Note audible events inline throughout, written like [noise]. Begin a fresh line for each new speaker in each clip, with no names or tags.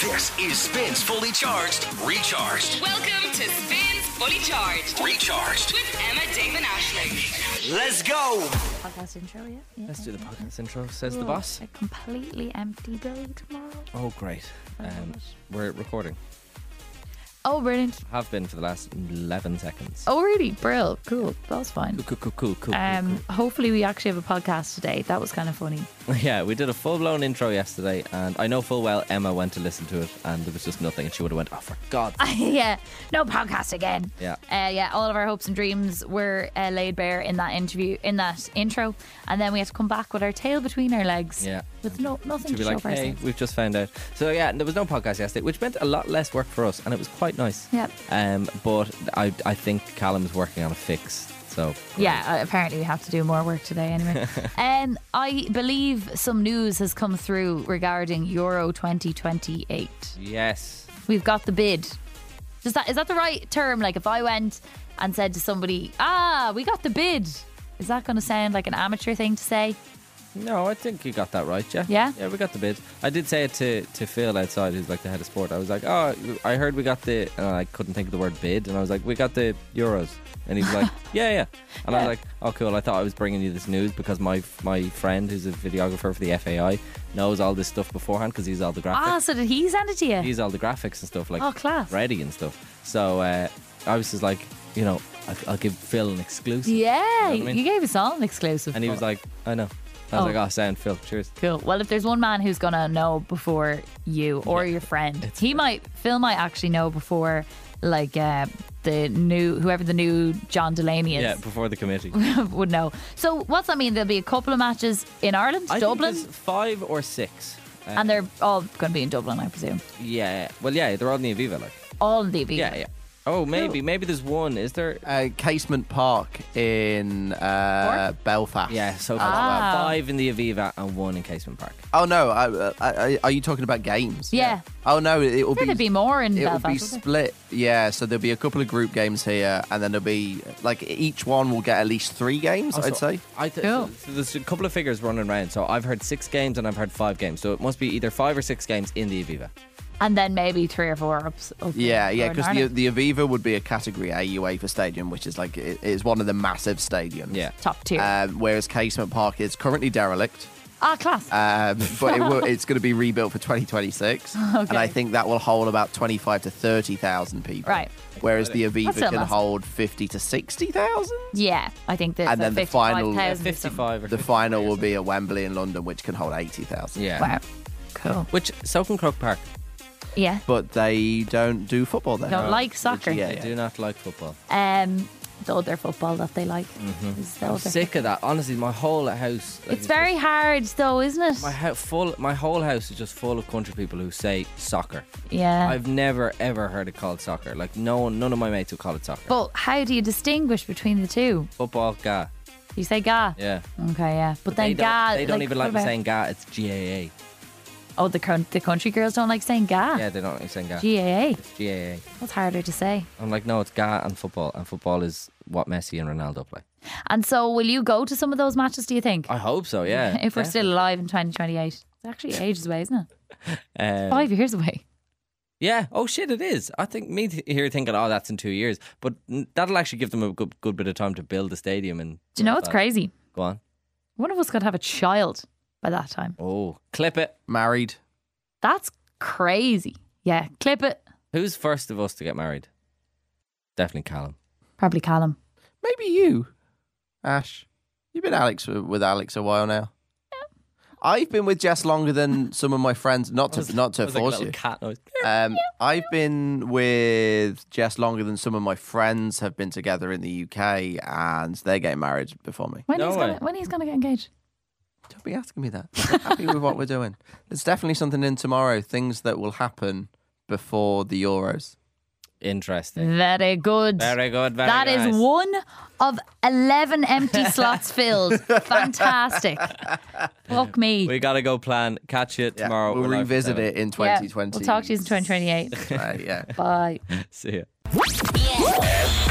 This is Spins Fully Charged, Recharged,
Welcome to Spins Fully Charged
Recharged.
with Emma Damon Ashley.
Let's go!
podcast intro, yeah? yeah
Let's do the
yeah, yeah.
podcast intro, says the
Ooh,
boss.
A completely empty day tomorrow.
Oh, great.
I love
Um,
it.
we're recording.
Oh, brilliant.
Have been for the last 11 seconds.
Oh, really? Brill. Cool. That was fine.
Cool, cool, cool, cool, cool.
Um, hopefully, we actually have a podcast today. That was kind of funny. [laughs]
cool. [laughs] Yeah, we did a full blown intro yesterday, and I know full well Emma went to listen to it, and there was just nothing, and she would have went, oh, for God.
yeah. No podcast again.
Yeah.
Uh, yeah. All of our hopes and dreams were uh, laid bare in that interview, in that intro. And then we had to come back with our tail between our legs.
Yeah.
With no,
To
nothing to,
be
show
like,
for
hey,
ourselves.
we've just found out. So, yeah, there was no podcast yesterday, which meant a lot less work for us, and it was quite nice.
Yep.
Um, but I, I think Callum's working on a fix, so.
Yeah, uh, apparently we have to do more work today anyway. um, I believe some news has come through regarding Euro 2028.
[laughs] Yes.
We've got the bid. Is that is that the right term? Like if I went and said to somebody, "Ah, we got the bid." Is that going to sound like an amateur thing to say?
No, I think you got that right, yeah.
Yeah?
Yeah, we got the bid. I did say it to, to Phil outside, who's like the head of sport. I was like, oh, I heard we got the, and I couldn't think of the word bid, and I was like, we got the euros. And he was
[laughs]
like, yeah, yeah. And I was
Yeah.
like, oh, cool. I thought I was bringing you this news because my my friend, who's a videographer for the FAI, knows all this stuff beforehand because he's all the
Ah,
graphics.
so did he send it to you?
He's all the graphics and stuff, like
Oh, class.
ready and stuff. So uh, I was just like, you know, I, I'll give Phil an exclusive.
yeah,
You know what I mean?
you gave us all an exclusive.
And he was
Oh,
like, I know. I was
Oh.
like, oh, sound, Phil, cheers.
Cool. Well, if there's one man who's gonna know before you or your friend,
it's
he might. Phil might actually know before, like uh, the new whoever the new John Delaney
Yeah,
is
before the committee.
[laughs] would know. So what's that mean? There'll be a couple of matches in Ireland,
I think
Dublin,
there's five or six. Uh,
and they're all gonna be in Dublin, I presume.
yeah, well, yeah, they're all in the Aviva, like.
All in the Aviva.
Yeah, yeah. Oh, maybe, maybe there's one. Is there?
uh, Casement Park in uh, Belfast.
Yeah, so
As well.
Ah.
five in the Aviva and one in Casement Park.
Oh no, I, I, I, are you talking about games?
Yeah.
Oh no, it, it will
There'll
be.
be more in
it will
Belfast.
be
will there?
split. Yeah, so there'll be a couple of group games here, and then there'll be like each one will get at least three games.
Also,
I'd say.
Oh, I th-
Cool.
so- so there's a couple of figures running around. So I've heard six games and I've heard five games. So it must be either five or six games in the Aviva.
and then maybe three or four ups. up
Yeah,
in-
yeah,
or in
because the,
Ireland.
the Aviva would be a Category A UEFA stadium, which is like it is one of the massive stadiums.
Yeah.
top tier.
Um, whereas Casement Park is currently derelict.
Oh,
ah, class.
um, [laughs] but it will, it's going to be rebuilt for
[laughs]
2026, and I think that will hold about 25 to 30 thousand people.
Right.
Whereas the
That's
Aviva
still
can
massive.
hold 50 to 60 thousand.
yeah, I think there's
and
a
then the final-
55,000 or something.
55 or
The
53
final
or
will
something.
be at Wembley in London, which can hold 80 thousand.
Yeah.
Wow, cool.
Which, Soaking Crook Park,
Yeah.
But they don't do football there.
Don't like soccer.
Yeah,
I Oh. do not like football.
um, the other football that they like. Is the
I'm
other-
sick of that. Honestly, my whole house. like,
It's
is
very hard, though, isn't it?
My ho- full, my whole house is just full of country people who say soccer.
yeah.
I've never ever heard it called soccer. Like no one, none of my mates would call it soccer.
but how do you distinguish between the two?
Football, ga,
You say ga.
yeah.
Okay, yeah. But,
they
then
don't,
ga.
they don't even
what
like me
about-
saying ga. It's GAA.
Oh, the, coun- the country girls don't like saying ga.
Yeah, they don't like saying ga.
GAA.
GAA.
That's harder to say.
I'm like, no, it's ga and football, and football is what Messi and Ronaldo play.
And so, will you go to some of those matches, do you think?
I hope so. Oh, Yeah.
[laughs] if we're
Yeah.
still alive in 2028. It's actually ages away, isn't it?
Um,
Five years away.
Yeah. Oh shit, it is. I think me th- here thinking, oh, that's in two years, but n- that'll actually give them a good, good bit of time to build a stadium. And
Do you know what's crazy?
Go on.
One of us could have a child by that time.
Oh, clip it.
Married.
That's crazy. Yeah, clip it.
Who's first of us to get married? Definitely Callum.
Probably Callum.
Maybe you, Ash. You've been Alex with Alex a while now. I've been with Jess longer than some of my friends. Not to not to
That was like a
force
little
you.
cat noise.
Um, I've been with Jess longer than some of my friends have been together in the UK, and they're getting married before me.
When
No
he's
way.
gonna, when he's gonna get engaged?
Don't be asking me that. I'm happy with what [laughs] we're doing. There's definitely something in tomorrow. Things that will happen before the Euros.
Interesting.
Very good.
Very good. Very
That is
nice.
one of
[laughs]
eleven empty slots filled. Fantastic. Fuck me.
We gotta go plan. Catch it
Yeah,
tomorrow.
we'll
We're live at
revisit
seven.
it in
Yeah,
2020.
We'll talk to you in 2028.
Uh, yeah.
[laughs] Bye.
See ya.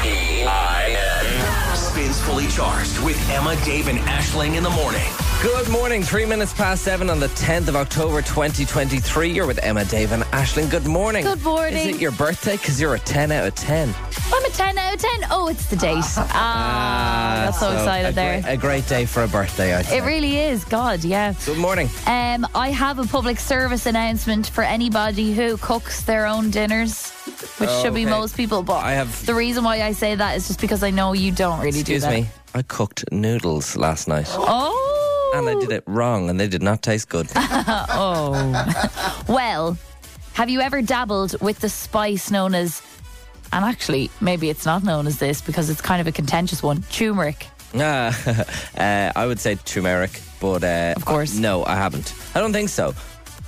E Spins Fully Charged with Emma, Dave, and Ashling in the morning.
Good morning. Three minutes past seven on the 10th of October 2023. You're with Emma, Dave, and Ashlyn. Good morning.
Good morning.
Is it your birthday? Because you're a 10 out of 10.
I'm a 10 out of 10. Oh, it's the date. Ah, that's so,
a
excited there.
great- a great day for a birthday, I
It
think.
really is. God, yeah.
Good morning.
Um, I have a public service announcement for anybody who cooks their own dinners, which should be
Okay.
most people. But
I have-
the reason why I say that is just because I know you don't really
Excuse
do that.
me. I cooked noodles last night.
Oh,
And I did it wrong, and they did not taste
[laughs]
good.
Oh. Well, have you ever dabbled with the spice known as, and actually, maybe it's not known as this because it's kind of a contentious one, turmeric?
Ah, [laughs] uh, I would say turmeric, but uh,
Of course.
no, I haven't. I don't think so.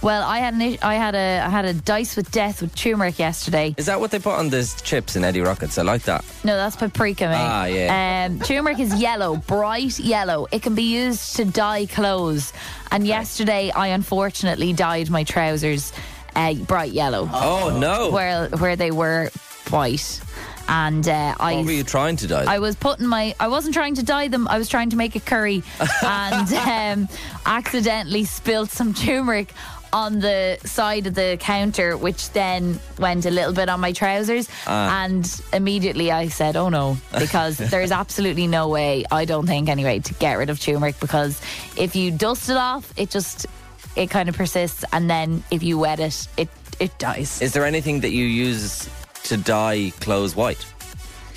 Well, I had an, i- I had a I had a dice with death with turmeric yesterday.
Is that what they put on those chips in Eddie Rockets? I like that.
No, that's paprika, mate.
Ah, yeah.
Um, turmeric is yellow, bright yellow. It can be used to dye clothes. And yesterday, I unfortunately dyed my trousers uh, bright yellow,
Oh, no!
where where they were white. And uh, I
What were you trying to do?
I was putting my. I wasn't trying to dye them. I was trying to make a curry,
[laughs]
and um, accidentally spilled some turmeric on the side of the counter, which then went a little bit on my trousers.
Ah.
And immediately I said, "Oh no,"
[laughs]
because there's absolutely no way. I don't think anyway to get rid of turmeric because if you dust it off, it just it kind of persists, and then if you wet it, it it dies.
Is there anything that you use to dye clothes white?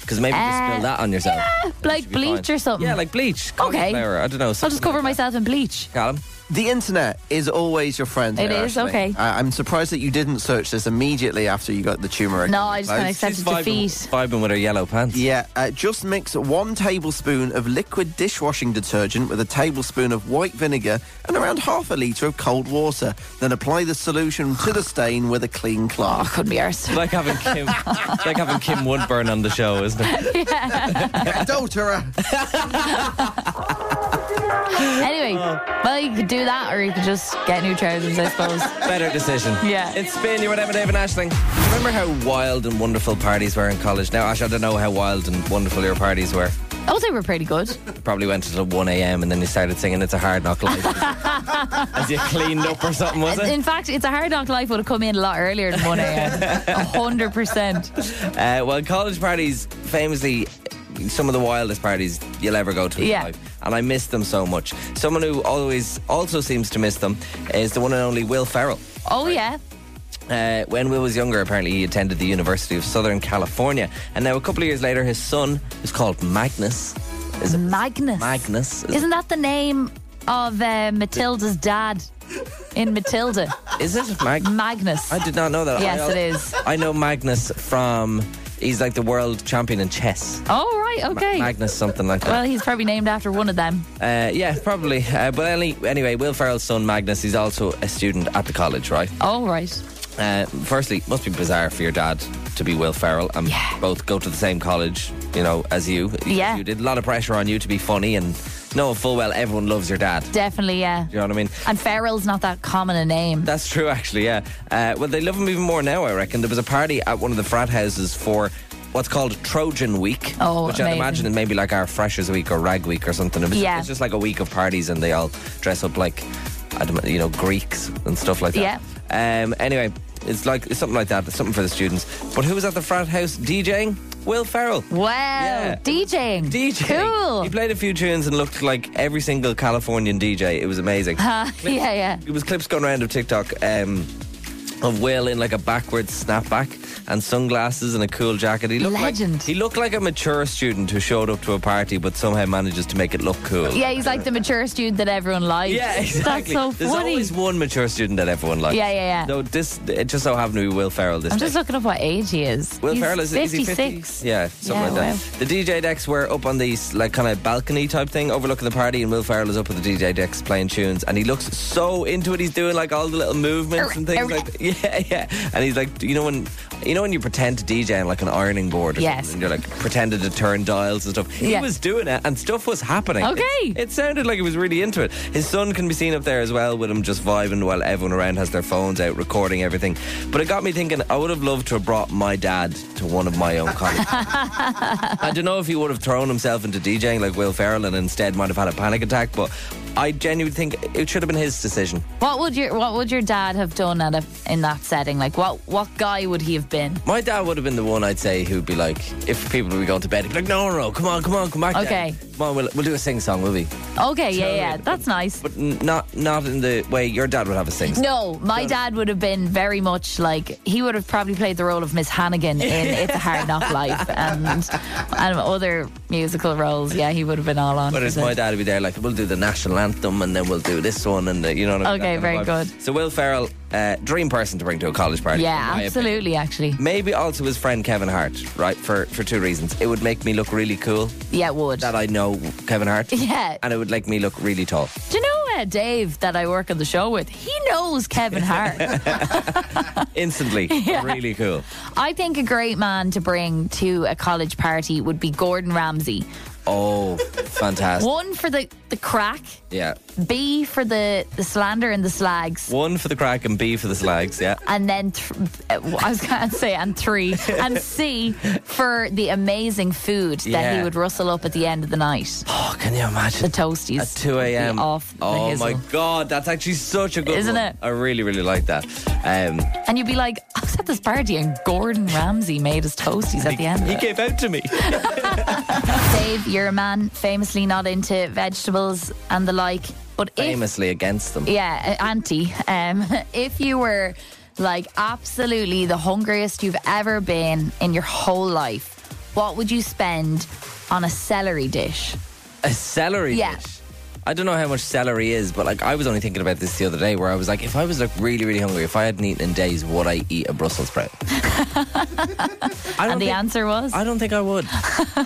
Because maybe you
Uh,
spill that on yourself.
like bleach or something.
Yeah, like bleach.
Okay.
Flour, I don't know.
I'll just cover myself in
[laughs]
bleach.
Callum.
The internet is always your friend.
It
here,
is,
Ashley.
okay.
I, I'm surprised that you didn't search this immediately after you got the turmeric.
No,
on your
I just kinda
clothes.
accept- That's
She's vibing,
a defeat.
vibing with her yellow pants.
Yeah, uh, just mix one tablespoon of liquid dishwashing detergent with a tablespoon of white vinegar and around half a litre of cold water. Then apply the solution to the stain with a clean cloth.
Oh, Couldn't be ours.
It's like having Kim, it's like having Kim Woodburn on the show, isn't it?
Adulterer!
[laughs] Anyway, well, you could do that or you could just get new trousers, I suppose.
Better decision.
Yeah.
It's been you whatever, David Ashling. Remember how wild and wonderful parties were in college? Now, Ash, I don't know how wild and wonderful your parties were.
Oh, they were pretty good.
Probably went until 1 a.m. and then you started singing "It's a Hard Knock Life"
[laughs]
as you cleaned up or something, was it?
In fact, it's a hard knock life would have come in a lot earlier than 1 a.m. 100%.
Uh, well, college parties, famously, some of the wildest parties you'll ever go to in
Yeah.
life. And I miss them so much. Someone who always also seems to miss them is the one and only Will Ferrell.
Oh, yeah.
Uh, when Will was younger, apparently he attended the University of Southern California. And now, a couple of years later, his son, who's called Magnus, is it
Magnus.
Magnus? Is,
Isn't that the name of uh, Matilda's dad in Matilda?
is it Magnus?
Magnus.
I did not know that.
Yes,
I,
it is.
I know Magnus from. He's like the world champion in chess.
Oh, right.
Ma-
Okay.
Magnus, something like that.
Well, he's probably named after one of them.
Uh, yeah, probably. Uh, but any, anyway, Will Ferrell's son Magnus, he's also a student at the college, right?
Oh, right.
Uh, firstly, must be bizarre for your dad to be Will Ferrell and
Yeah.
both go to the same college, you know, as you.
Yeah.
You did a lot of pressure on you to be funny and knowing full well everyone loves your dad. Do
Definitely, yeah.
you know what I mean?
And Ferrell's not that common a name.
That's true, actually, yeah. Uh, well, they love him even more now, I reckon. There was a party at one of the frat houses for what's called Trojan Week.
Oh,
Which I'd
amazing.
imagine it may be like our Freshers Week or Rag Week or something. It was,
Yeah.
It's just like a week of parties and they all dress up like, I don't, know, you know, Greeks and stuff like that. Yeah. Um, anyway, it's like it's something like that. It's something for the students. But who was at the frat house DJing? Will Ferrell.
Wow.
Yeah.
DJing.
DJ. [laughs]
Cool.
He played a few tunes and looked like every single Californian DJ. It was
[laughs]
amazing.
Uh, yeah, yeah.
It was clips going around of TikTok um, of Will in like a backwards snapback and sunglasses and a cool jacket. He looked
Legend.
Like, he looked like a mature student who showed up to a party but somehow manages to make it look cool.
Yeah, he's like the mature student that everyone likes.
Yeah, exactly.
That's so
There's
funny.
always one mature student that everyone likes.
Yeah, yeah, yeah.
No, this it just so happened to be Will Ferrell this
I'm
day.
just looking up what age he is.
Will
He's
Ferrell is, is he
56.
50? Yeah, something
Yeah,
like that.
wow.
The DJ decks were up on these like kind of balcony type thing, overlooking the party, and Will Ferrell is up with the DJ decks playing tunes, and he looks so into it. He's doing like all the little movements and things like that. [laughs] yeah, yeah. And he's like, you know when you know when you pretend to DJ on like an ironing board, or
Yes.
something, and you're like pretending to turn dials and stuff. He
Yeah.
was doing it, and stuff was happening.
Okay.
It, it sounded like he was really into it. His son can be seen up there as well with him just vibing while everyone around has their phones out recording everything. But it got me thinking, I would have loved to have brought my dad to one of my own [laughs] colleagues. I don't know if he would have thrown himself into DJing like Will Ferrell and instead might have had a panic attack, but I genuinely think it should have been his decision.
What would your What would your dad have done at a, in that setting? Like, what what guy would he have been?
My dad would have been the one I'd say who'd be like, if people were going to bed, he'd be like, no, no, come on, come on, come back. down.
Okay.
Come on, we'll, we'll do a sing song, will we?
Okay, yeah, yeah, that's nice.
But n- not not in the way your dad would have a sing song.
No, my dad would have been very much like he would have probably played the role of Miss
[laughs]
Hannigan in It's a Hard Knock Life and and other musical roles. Yeah, he would have been all on.
But it's
for
my
it.
dad would be there, like, we'll do the national anthem and then we'll do this one, and the, you know what I mean?
Okay,
that kind of
very
vibe.
good.
So, Will Ferrell, uh, dream person to bring to a college party. in my
Yeah,
opinion.
absolutely. Actually,
Maybe also his friend Kevin Hart, right? For, for two reasons. It would make me look really cool
yeah, it would.
that I know Kevin Hart.
[laughs] Yeah.
And it would make me look really
[laughs]
tall.
Do you know uh, Dave that I work on the show with? He
[laughs]
knows Kevin Hart.
Instantly. Really cool.
I think a great man to bring to a college party would be Gordon Ramsay.
Oh, fantastic.
One for the, the crack,
Yeah.
B for the, the slander and the slags,
One for the crack and B for the slags, yeah.
and then th- uh, I was going to [laughs] say and three, and C for the amazing food that he
Yeah.
would rustle up at the end of the night.
Oh, can you
The
imagine?
toasties
At 2
would
a.m.
be off the
oh
hizzle.
my god, that's actually such a good
Isn't
one.
it?
I really, really like that. Um,
and you'd be like, I was at this party and Gordon Ramsay made his toasties at the end. of
he
it."
gave out to me.
Dave, you're a man famously not into vegetables and the like, but if
Famously against them.
yeah, uh, auntie. Um, [laughs] if you were like absolutely the hungriest you've ever been in your whole life, what would you spend on a celery dish?
A celery
Yeah.
dish. I don't know how much celery is, but like I was only thinking about this the other day where I was like, if I was like really, really hungry, if I hadn't eaten in days, would I eat a Brussels sprout? I don't
And the
think-
answer was
I don't think I would.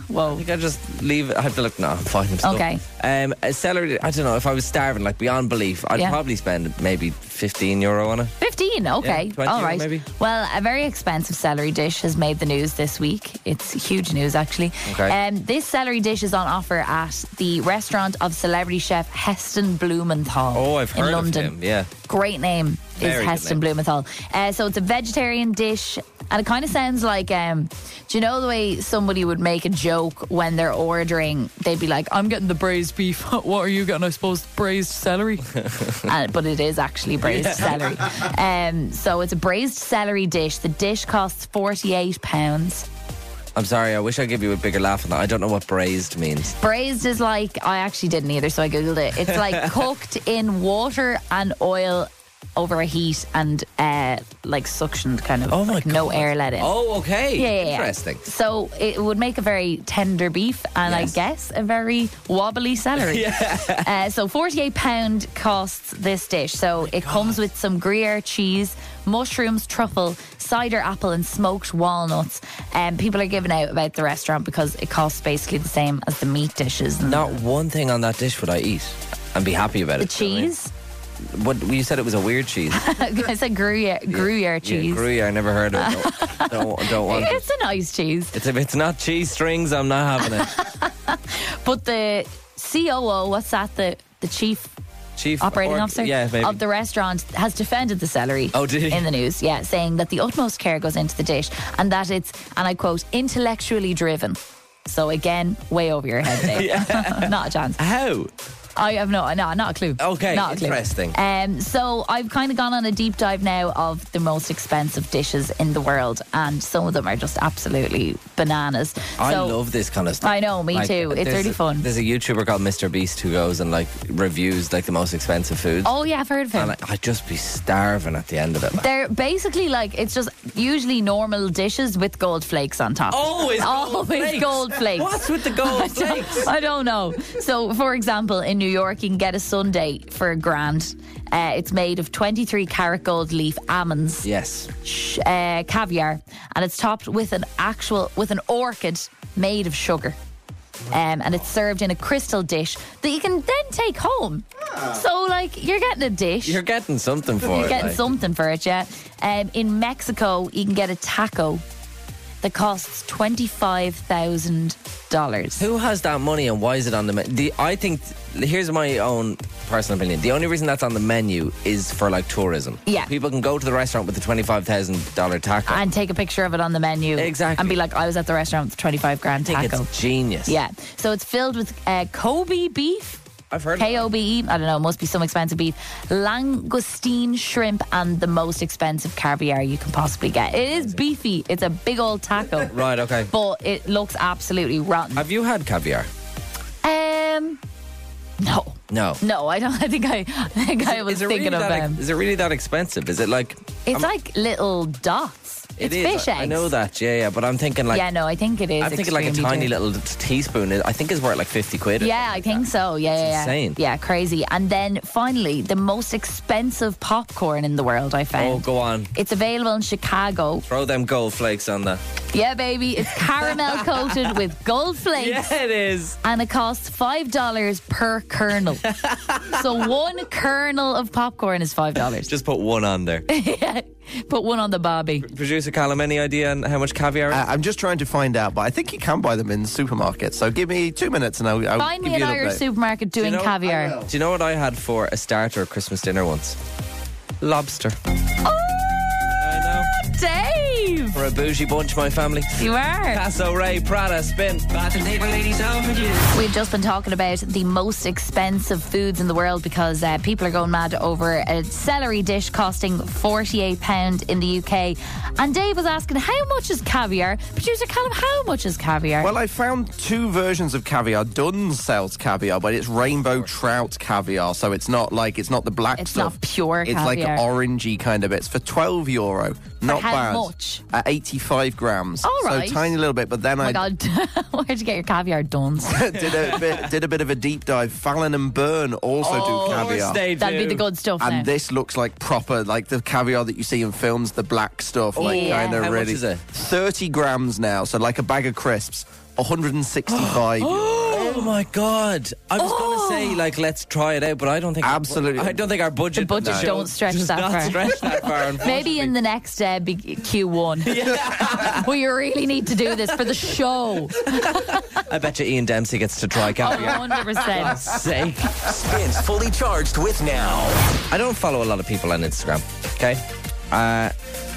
Well, I think I just leave it. I have to look. No, I'm fine. I'm still-
Okay.
Um, a celery. I don't know. If I was starving, like beyond belief, I'd
Yeah.
probably spend maybe 15 euro on it.
15. Okay.
Yeah, 20
All right.
maybe.
Well, a very expensive celery dish has made the news this week. It's huge news, actually.
Okay.
Um, this celery dish is on offer at the restaurant of celebrity chef Heston Blumenthal.
Oh, I've
in
heard
London.
of him. Yeah.
Great name
Very
is
good
Heston
name.
Blumenthal. Uh, so it's a vegetarian dish, and it kind of sounds like um, do you know the way somebody would make a joke when they're ordering? They'd be like, "I'm getting the braised beef. [laughs] what are you getting? I suppose braised celery." uh, but it is actually braised celery. Um, so it's a braised celery dish. The dish costs forty eight pounds.
[laughs] I'm sorry. I wish I gave you a bigger laugh on that. I don't know what braised means.
Braised is like I actually didn't either, so I googled it. It's
[laughs]
like cooked in water and oil over a heat and uh, like suctioned, kind of.
Oh my
like no
God.
air let in.
Oh, okay.
Yeah, yeah, yeah.
Interesting.
So it would make a very tender beef, and
Yes.
I guess a very
[laughs]
wobbly celery. uh, so forty-eight pound costs this dish.
Oh
So it comes with some Gruyere cheese, mushrooms, truffle, cider apple, and smoked walnuts. And people are giving out about the restaurant because it costs basically the same as the meat dishes. [laughs] And
Not one thing on that dish would I eat and be happy about
the
it. do you know
cheese.
What, I mean? What- you said it was a weird cheese.
I said Gruyere, Gruyere
Yeah,
[laughs] cheese.
Gruyere, I never heard of it.
[laughs]
Don't, don't, don't want it.
It's a nice cheese.
It's, if it's not cheese strings, I'm not having it.
But the COO, what's that? The the chief
Chief
operating
org-
officer
Yeah, maybe.
of the restaurant has defended the celery.
Oh, did he?
In the news, yeah, saying that the utmost care goes into the dish and that it's, and I quote, intellectually driven. So again, way over your
[laughs]
head, Dave. [laughs] Not a chance.
How?
I have no, no, not a clue.
Okay,
not a clue.
interesting.
Um, so I've kind of gone on a deep dive now of the most expensive dishes in the world, and some of them are just absolutely bananas.
I
so,
love this kind of stuff.
I know, me too. It's
there's
really
a-
fun.
There's a YouTuber called Mr. Beast who goes and like reviews like the most expensive foods.
Oh yeah, I've heard of him.
And like, I'd just be starving at the end of it. Like.
They're basically like it's just usually normal dishes with gold flakes on top.
Always gold
always
flakes.
gold flakes.
What's with the gold flakes?
[laughs] I don't know. So, for example, in New York, you can get a sundae for a grand. Uh, it's made of 23 carat gold leaf almonds,
Yes.
sh- uh, caviar, and it's topped with an actual with an orchid made of sugar. Um, and it's served in a crystal dish that you can then take home. So, like, you're getting a dish.
Ah. You're getting something for
You're
it.
getting
like.
something for it, yeah. Um, in Mexico, you can get a taco that costs twenty five thousand dollars.
Who has that money and why is it on the menu? The, I think, here's my own personal opinion. The only reason that's on the menu is for like tourism.
Yeah.
People can go to the restaurant with the $25,000 taco.
And take a picture of it on the menu,
Exactly.
and be like, "I was at the restaurant with twenty five grand
I think
taco."
it's genius.
Yeah, so it's filled with uh, Kobe beef,
I've heard of
K O B E. I don't know. It must be some expensive beef. Langoustine shrimp and the most expensive caviar you can possibly get. It is beefy. It's a big old taco.
[laughs] Right, okay.
But it looks absolutely rotten.
Have you had caviar?
Um, no.
No.
No, I don't. I think I, I think I was
Is it
thinking
really that,
of them.
Is it really that expensive? Is it like
It's like little dots.
it
it's
is,
fish
I,
eggs.
I know that. Yeah, yeah. But I'm thinking like
yeah, no, I think it is.
I'm thinking like a
extremely
tiny
dear.
little teaspoon. I think it's worth like fifty quid. or
Yeah, I
something
think
like
so. Yeah, yeah, yeah.
insane.
Yeah, crazy. And then finally, the most expensive popcorn in the world. I
that. Oh,
found.
go on.
It's available in Chicago.
Throw them gold flakes on that.
Yeah,
[laughs]
baby. It's caramel coated with gold flakes.
it is.
and it costs five dollars per
[laughs]
kernel. so one kernel of popcorn is five dollars. [laughs]
Just put one on there.
Put one on the Bobby.
Producer Callum, any idea on how much caviar?
Uh, I'm just trying to find out, but I think you can buy them in the supermarket. So give me two minutes and I'll, I'll
Find
give
me an
you an
Irish
update.
supermarket doing
know what?
I
caviar.
will.
Do you know what I had for a starter at Christmas dinner once? Lobster. I know.
Dave,
We're a bougie bunch, my family.
you are.
Cass O'Ray, Prada, Spin.
But the neighbor ladies out with you.
We've just been talking about the most expensive foods in the world because uh, people are going mad over a celery dish costing £48 in the UK. And Dave was asking, how much is caviar? Producer Callum, how much is caviar?
Well, I found two versions of caviar. Dunn sells caviar, but it's rainbow trout caviar, so it's not like it's not the black
It's
stuff.
not pure
It's
caviar.
like orangey kind of bits for twelve euro. not
how
bad.
much?
At eighty-five grams.
All right.
So tiny little bit, but then
oh
I
my God, [laughs] where'd you get your caviar done?
[laughs] did a bit did a bit of a deep dive. Fallon and Byrne also do caviar.
That'd be the good stuff now.
And this looks like proper, like the caviar that you see in films, the black stuff, like
Yeah.
kind of
How much
really.
is it?
Thirty grams now, so like a bag of crisps, one hundred and
[gasps]
sixty-five.
Oh my god! I was
Oh.
going to say like let's try it out, but I don't think
Absolutely.
I don't think our budget
The budget
shows-
don't stretch
does
that
not
far.
Stretch that
[laughs]
far.
Maybe in the next uh,
[laughs]
big Q1. [laughs] we really need to do this for the show.
I bet you Ian Dempsey gets to try caviar.
100%.
Sake.
Spins fully charged with now.
I don't follow a lot of people on Instagram. Okay, uh,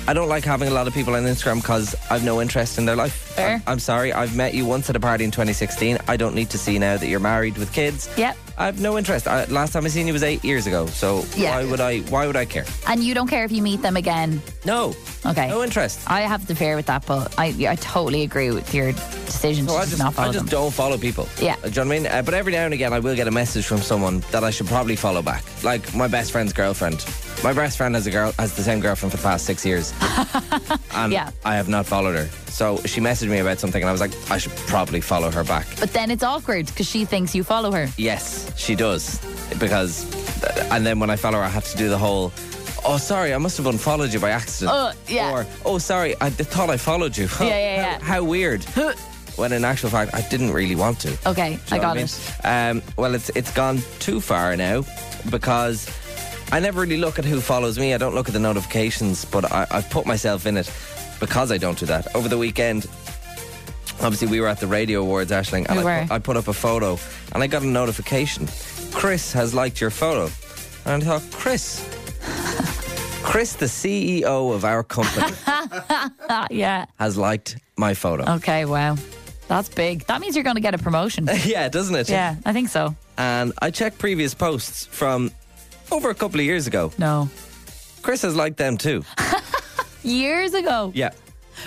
I don't like having a lot of people on Instagram because I've no interest in their life.
Fair.
I'm, I'm sorry, I've met you once at a party in 2016. I don't need to see now that you're married with kids.
Yep.
I've no interest. I, last time I seen you was eight years ago. So
Yeah.
why would I? Why would I care?
And you don't care if you meet them again.
No.
Okay.
No interest.
I have the fear with that, but I, I totally agree with your decision
So
to
I
just
just,
not follow
I just
them.
don't follow people.
Yeah.
Do you know what I mean? Uh, but every now and again, I will get a message from someone that I should probably follow back. Like my best friend's girlfriend. My best friend has a girl has the same girlfriend for the past six
[laughs]
years, and
Yeah.
I have not followed her. So she messaged me about something, and I was like, I should probably follow her back.
But then it's awkward because she thinks you follow her.
Yes, she does. Because, uh, and then when I follow her, I have to do the whole, oh, sorry, I must have unfollowed you by accident.
Oh, yeah.
Or, oh, sorry, I th- thought I followed you. [laughs]
Yeah, yeah, yeah.
How, how weird. when in actual fact, I didn't really want to.
Okay,
Do
I
you know
got
what
it.
I mean? Um, well, it's it's gone too far now because I never really look at who follows me. I don't look at the notifications, but I, I've put myself in it because I don't do that. Over the weekend, obviously, we were at the Radio Awards, Ashling, and
We
I,
were.
put, I put up a photo and I got a notification. Chris has liked your photo. And I thought,
[laughs]
Chris. Chris, the CEO of our company,
[laughs] Ah, [laughs] yeah.
has liked my photo.
Okay, wow. That's big. That means you're going to get a promotion.
[laughs] Yeah, doesn't it?
yeah, I think so. [laughs]
and I checked previous posts from over a couple of years ago.
No.
Chris has liked them too.
Years ago,
Yeah.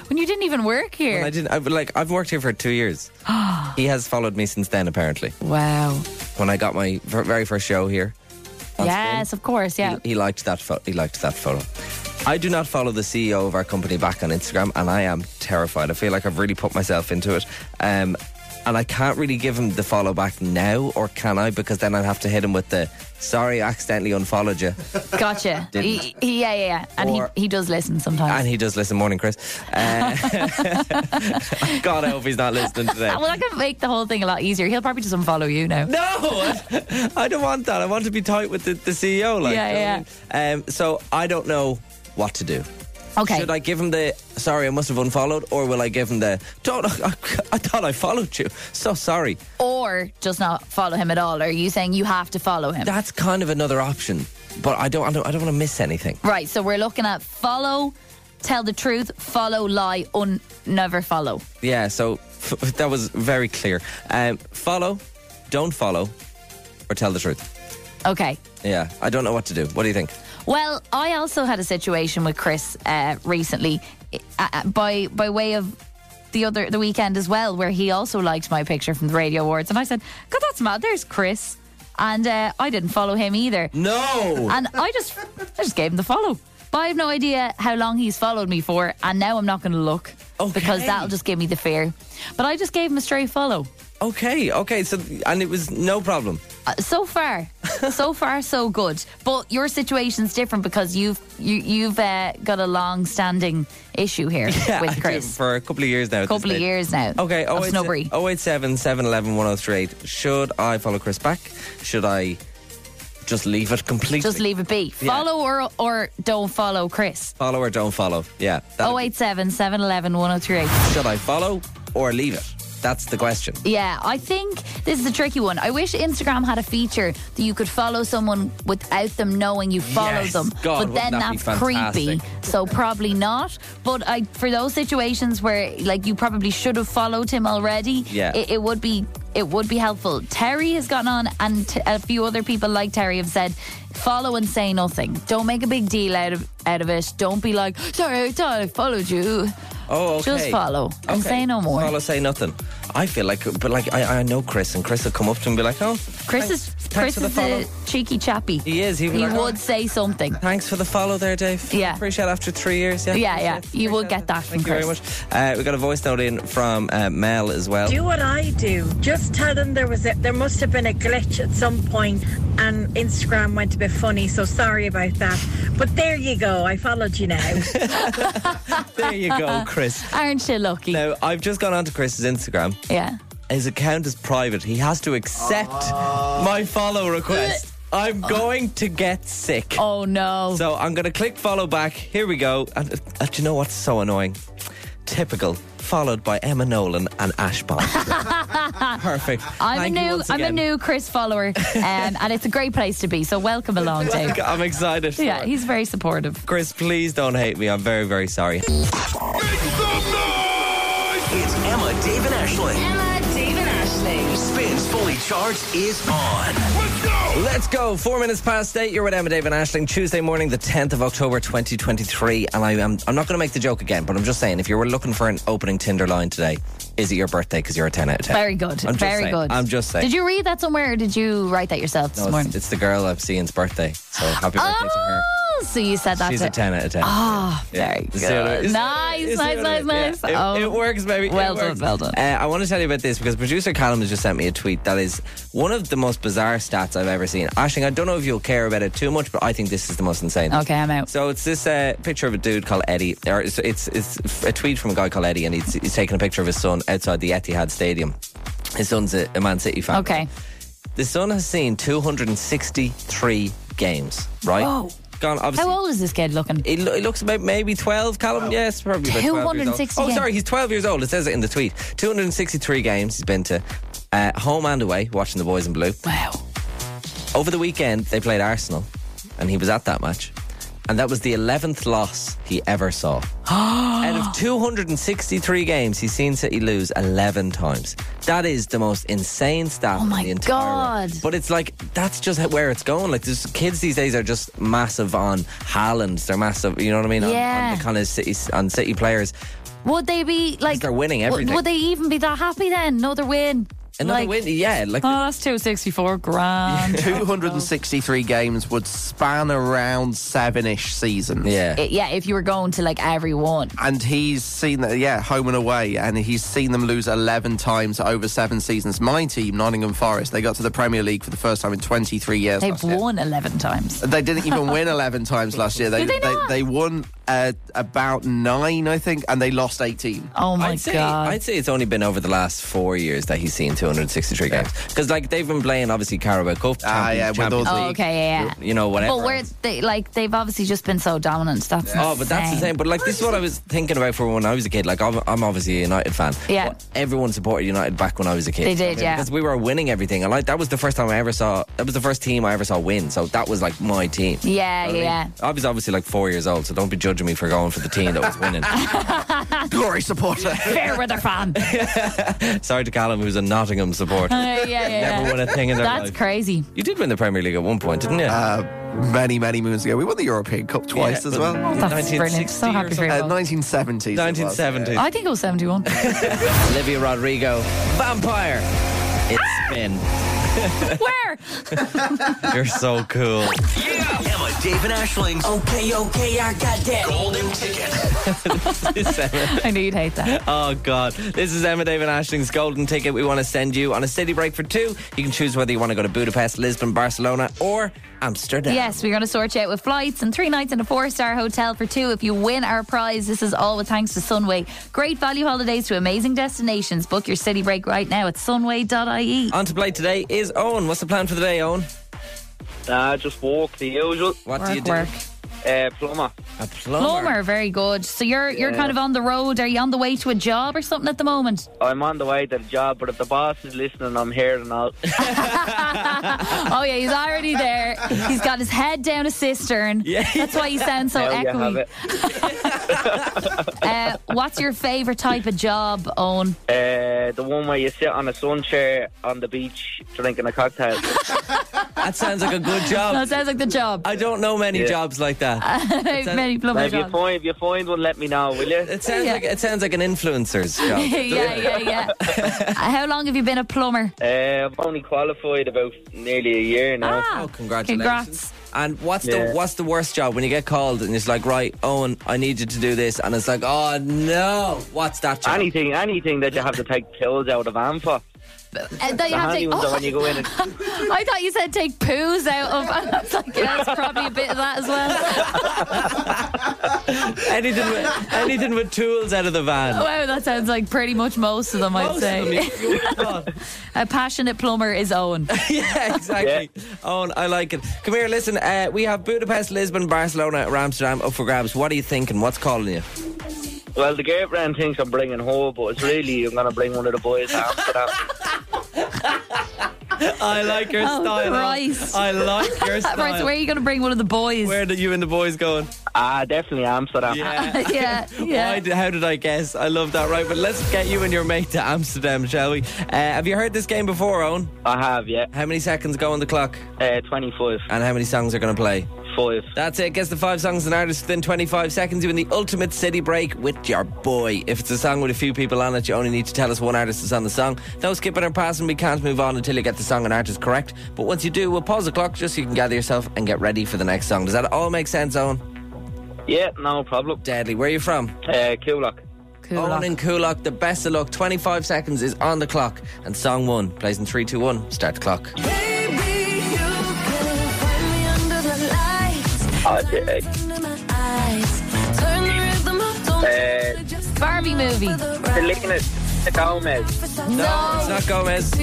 when you didn't even work
And I
here.
didn't. I like. I've worked here for two
[gasps]
years. he has followed me since then. Apparently,
Wow.
when I got my ver- very first show here,
Yes, of
[laughs]
course. Yeah.
he, he liked that. Fo- he liked that photo. I do not follow the CEO of our company back on Instagram, and I am terrified. I feel like I've really put myself into it. Um, and I can't really give him the follow back now, or can I? Because then I'd have to hit him with the sorry, I accidentally unfollowed you.
Gotcha.
Didn't.
He- he- yeah, yeah, yeah. And
Or-
he, he does listen sometimes.
And he does listen. Morning, Chris. Uh, [laughs] God, I hope he's not listening today.
well, that could make the whole thing a lot easier. He'll probably just unfollow you now.
No, I- I don't want that. I want to be tight with the, the CEO. Like,
Yeah,
you know what I mean? Um, so I don't know what to do.
Okay.
Should I give him the sorry I must have unfollowed, or will I give him the don't? I, I thought I followed you. So sorry.
Or just not follow him at all. Are you saying you have to follow him?
That's kind of another option, but I don't. I don't, I don't want to miss anything.
right. So we're looking at follow, tell the truth, follow, lie, un, never follow.
[laughs] Yeah. So f- that was very clear. Um, follow, don't follow, or tell the truth.
Okay.
Yeah, I don't know what to do. What do you think?
Well, I also had a situation with Chris uh, recently, uh, uh, by by way of the other the weekend as well, where he also liked my picture from the Radio Awards, and I said, "God, that's mad." There's Chris, and uh, I didn't follow him either,
No.
and I just I just gave him the follow. But I have no idea how long he's followed me for, and now I'm not going to look because
Okay.
that'll just give me the fear. But I just gave him a stray follow.
Okay, okay. So and it was no
[laughs]
problem.
Uh,
[laughs]
so far, so far, so good. But your situation's different because you've you, you've uh, got a long-standing
[laughs]
issue here
I
with
did it
Chris.
for a couple of years now.
A couple of years now.
Okay.
of
087
snobbery.
087 711 1038. Should I follow Chris back? Should I just leave it completely?
Just leave it be.
Yeah.
Follow or or don't follow Chris.
Follow or don't follow. Yeah. that'd
Oh
be-
eight seven seven eleven one zero three eight.
Should I follow or leave it? That's the question.
Yeah, I think this is a tricky one. I wish Instagram had a feature that you could follow someone without them knowing you follow
Yes,
them.
God,
but
wouldn't
then
that be
that's creepy.
fantastic?
So probably not. But I for those situations where like you probably should have followed him already,
Yeah.
it, it would be it would be helpful. Terry has gotten on and t- a few other people like Terry have said follow and say nothing. Don't make a big deal out of out of it. Don't be like, sorry, I thought I followed you.
Oh, okay.
Just follow and
Okay.
say no more.
Follow, say nothing. I feel like, but like, I, I know Chris, and Chris will come up to him and be like, oh,
Chris
thanks-
is
thanks
Chris
for the
is
follow.
the cheeky chappy.
He is, he would
he
like-
would say something.
Thanks for the follow there, Dave.
Yeah.
Appreciate it after three years. Yeah,
Yeah, yeah.
appreciate it,
You will
appreciate
get that
Thank
from
you very much. Uh, we got a voice note in from uh, Mel as well.
Do what I do. Just tell them there was a, there must have been a glitch at some point, and Instagram went a bit funny. So sorry about that. But there you go. I followed you now.
there you go, Chris.
[laughs] Aren't you lucky?
Now, I've just gone onto Chris's Instagram.
Yeah.
His account is private. He has to accept my follow request. I'm going to get sick.
Oh no.
So I'm going to click follow back. Here we go. And, uh, uh, do you know what's so annoying? Typical. Followed by Emma Nolan and Ash
[laughs]
Bond. Perfect.
[laughs] I'm
Thank
a
you
new
once
I'm a
again.
new Chris
[laughs]
follower, um, and it's a great place to be. So welcome along, Dave.
I'm excited. for
Yeah,
it.
he's very supportive.
Chris, please don't hate me. I'm very, very sorry.
It's Emma, Dave, and Ashling.
Emma, Dave, and Ashling.
Spins Fully Charged is on.
Let's go. Four minutes past eight. You're with Emma, Dave, and Ashling. Tuesday morning, the 10th of October, 2023. And I am, I'm not going to make the joke again, but I'm just saying, if you were looking for an opening Tinder line today, is it your birthday? Because you're a 10 out of 10.
Very good.
I'm just
very
saying.
good.
I'm just saying.
Did you read that somewhere or did you write that yourself this
No,
morning?
it's, it's the girl I've seen's birthday. So happy birthday to her.
oh, so you said that
She's
to
a 10 out of 10.
Oh, very
You see what I-
good.
is-
Nice,
is-
nice,
is- yeah,
nice, nice.
It,
Oh.
it works, baby. It
Well done,
works.
well done.
Uh, I want to tell you about this because producer Callum has just sent me a tweet that is one of the most bizarre stats I've ever seen. Ashing, I don't know if you'll care about it too much, but I think this is the most insane.
Okay, I'm out.
So it's this uh, picture of a dude called Eddie, or it's, it's it's a tweet from a guy called Eddie, and he's, he's taking a picture of his son outside the Etihad Stadium. His son's a, a Man City fan.
Okay.
The son has seen 263 games, right?
Whoa.
Gone, obviously.
How old is this kid looking?
He, lo- he looks about maybe 12, Callum. Yes, probably about 12 years old.
260
Oh, sorry,
games.
he's 12 years old. It says it in the tweet. 263 games he's been to, uh, home and away, watching the boys in blue.
Wow.
Over the weekend, they played Arsenal, and he was at that match. And that was the 11th loss he ever
[gasps]
saw. Out of 263 games, he's seen City lose 11 times. That is the most insane stat.
Oh my
in the entire world.
God.
But it's like, that's just how- where it's going. Like, there's kids these days are just massive on Haaland. They're massive, you know what I mean? On- On,
Yeah.
the kind of City, on City players.
Would they be like
they're winning
w-
everything.
Would they even be that happy then? Another win.
Another
Like,
win, yeah. Like,
Oh, that's two sixty four grand.
[laughs]
263 games would span around seven ish seasons.
yeah.
I- [laughs] yeah, if you were going to like every one.
And he's seen that, yeah, home and away, and he's seen them lose 11 times over seven seasons. My team, Nottingham Forest, they got to the Premier League for the first time in 23 years.
They've
last year.
won eleven times.
They didn't
[laughs]
even win 11 times last year. They,
Did they not?
won uh, about nine, I think, and they lost 18.
Oh my
I'd say,
god.
I'd say it's only been over the last four years that he's seen 263 games. Because, like, they've been playing, obviously, Carabao Cup.
Ah,
Champions-
yeah, with those
Champions League,
oh, okay, yeah. yeah.
You know, whatever.
But where they like they've obviously just been so dominant. That's
Oh, but that's the
insane.
same. But like, this is what I was thinking about for when I was a kid. Like, I'm, I'm obviously a United fan.
Yeah.
But everyone supported United back when I was a kid.
They did, yeah.
Because we were winning everything, and like that was the first time I ever saw. That was the first team I ever saw win. So that was like my team. You
Yeah,
know what I
yeah.
mean? I was obviously like four years old, so don't be judging judging me for going for the team that was
[laughs]
winning. [laughs]
Glory supporter.
Fair weather fan. Uh,
Sorry to Callum, who's a Nottingham supporter.
[laughs] yeah, yeah, yeah.
Never won a thing in their
That's
life.
crazy.
You did win the Premier League at one point, didn't you?
Uh, many, many moons ago. We won the European Cup twice
Yeah,
as well.
but- Oh,
Uh,
That's brilliant. So
1960
happy
or
for you. Paul.
1970s. it was.
1970.
I think it
[laughs]
was 71.
Olivia Rodrigo, Vampire. It's been.
Ah! Where?
[laughs] You're so cool.
Emma, Dave, and Ashling's
Okay, okay, I got that.
Golden Ticket.
[laughs]
[laughs] I knew you'd hate that.
Oh, God. This is Emma David Ashling's golden ticket. We want to send you on a city break for two. You can choose whether you want to go to Budapest, Lisbon, Barcelona, or Amsterdam.
Yes, we're going to sort you out with flights and three nights in a four star hotel for two if you win our prize. This is all with thanks to Sunway. Great value holidays to amazing destinations. Book your city break right now at sunway.ie.
On to play today is Owen. What's the plan for the day, Owen?
Nah, just walk the usual.
What do you
Work,
do?
work.
Uh, plumber.
A plumber.
Plumber, very good. So you're you're kind of on the road. Are you on the way to a job or something at
[laughs]
the moment?
I'm on the way to the job, but if the boss is listening, I'm here and all.
Oh yeah, he's already there. He's got his head down a cistern.
Yeah.
That's why you sound so
There you have
echoey.
it.
Uh, what's your favourite type of job,
[laughs]
Owen?
Uh, the one where you sit on a sun chair on the beach drinking a
[laughs]
cocktail.
[laughs] That sounds like a good job.
No, it sounds like the job.
I don't know many
Yeah.
jobs like
[laughs]
that.
Many
Now,
plumber
if you
jobs.
find if you find one, let me know, will you?
It sounds
Yeah.
like it sounds like an influencer's job.
[laughs] yeah, yeah, yeah. Uh, How long have you been a plumber?
Uh, I've only qualified about nearly a year now.
Ah,
Oh, congratulations.
Congrats.
And what's
Yeah.
the what's the worst job when you get called and it's like, right, Owen, I need you to do this, and it's like, oh no, what's that job?
Anything, anything that you have to take pills out of van for.
Uh, that you
The
have
handy
to,
ones are when
oh, [laughs]
you go in and
I thought you said take poos out of. [laughs] I was like, yeah, that's probably a bit of that as well.
anything,
[laughs]
with, anything with tools out of the van.
Oh, Wow, that sounds like pretty much most of them, I'd
Most of
say.
them,
[laughs]
you- you- God.
A passionate plumber is
[laughs]
Owen.
yeah, [laughs] exactly. Owen, I like it. Come here, listen. Uh, we have Budapest, Lisbon, Barcelona, or Amsterdam up for grabs. What are you thinking? What's calling you?
well, the girlfriend thinks I'm bringing home, but it's really I'm gonna bring one of the boys to Amsterdam.
[laughs] I like your
Oh, style, Owen. Christ.
I like
[laughs]
your
Right, so where are you going to bring one of the boys?
are you and the boys going?
ah, definitely Amsterdam.
[laughs]
Yeah.
yeah,
[laughs]
yeah.
Why did, how did I guess? I love that, right? But let's get you and your mate to Amsterdam, shall we? Uh, have you heard this game before, Owen?
I have, yeah.
How many seconds go on the clock?
Uh, 25,
And how many songs are going to play?
five.
That's it. Guess the five songs and artists within 25 seconds. You win the ultimate city break with your boy. If it's a song with a few people on it, you only need to tell us one artist is on the song. No skipping or passing. We can't move on until you get the song and artist correct. But once you do, we'll pause the clock just so you can gather yourself and get ready for the next song. Does that all make sense, Owen?
Yeah, no problem.
Deadly. Where are you from?
Uh, Kulak.
Cool.
Owen and Kulak, the best of luck. 25 seconds is on the clock. And song one plays in 3, 2, 1. Start the clock.
Ah, yeah. Uh,
Barbie movie. No.
Selena Gomez.
It's not Gomez.
Uh,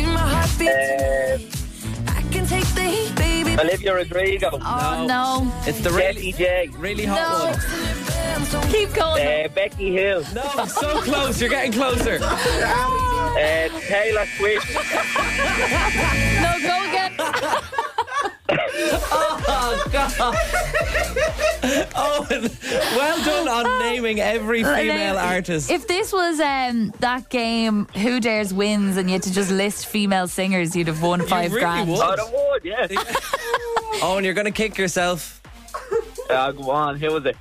Olivia Rodrigo.
Oh, no.
It's the
Jessie
really,
J.
really hot one.
Keep going.
Uh, Becky Hill.
No, so close. You're getting closer.
Uh, Taylor Swift.
No, go
[laughs]
again.
Oh, Owen, Oh, well done on naming every female artist.
Uh, If this was um, that game, Who Dares Wins, and you had to just list female singers, you'd have won five
really
grand.
would.
Oh, the award,
[laughs]
yeah.
Owen, you're going to kick yourself.
Uh, go on, who was it?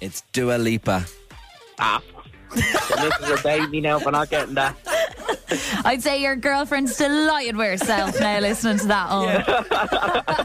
It's Dua Lipa.
Ah. this is a baby now for not getting that.
I'd say your girlfriend's delighted with herself now listening to that. Owen.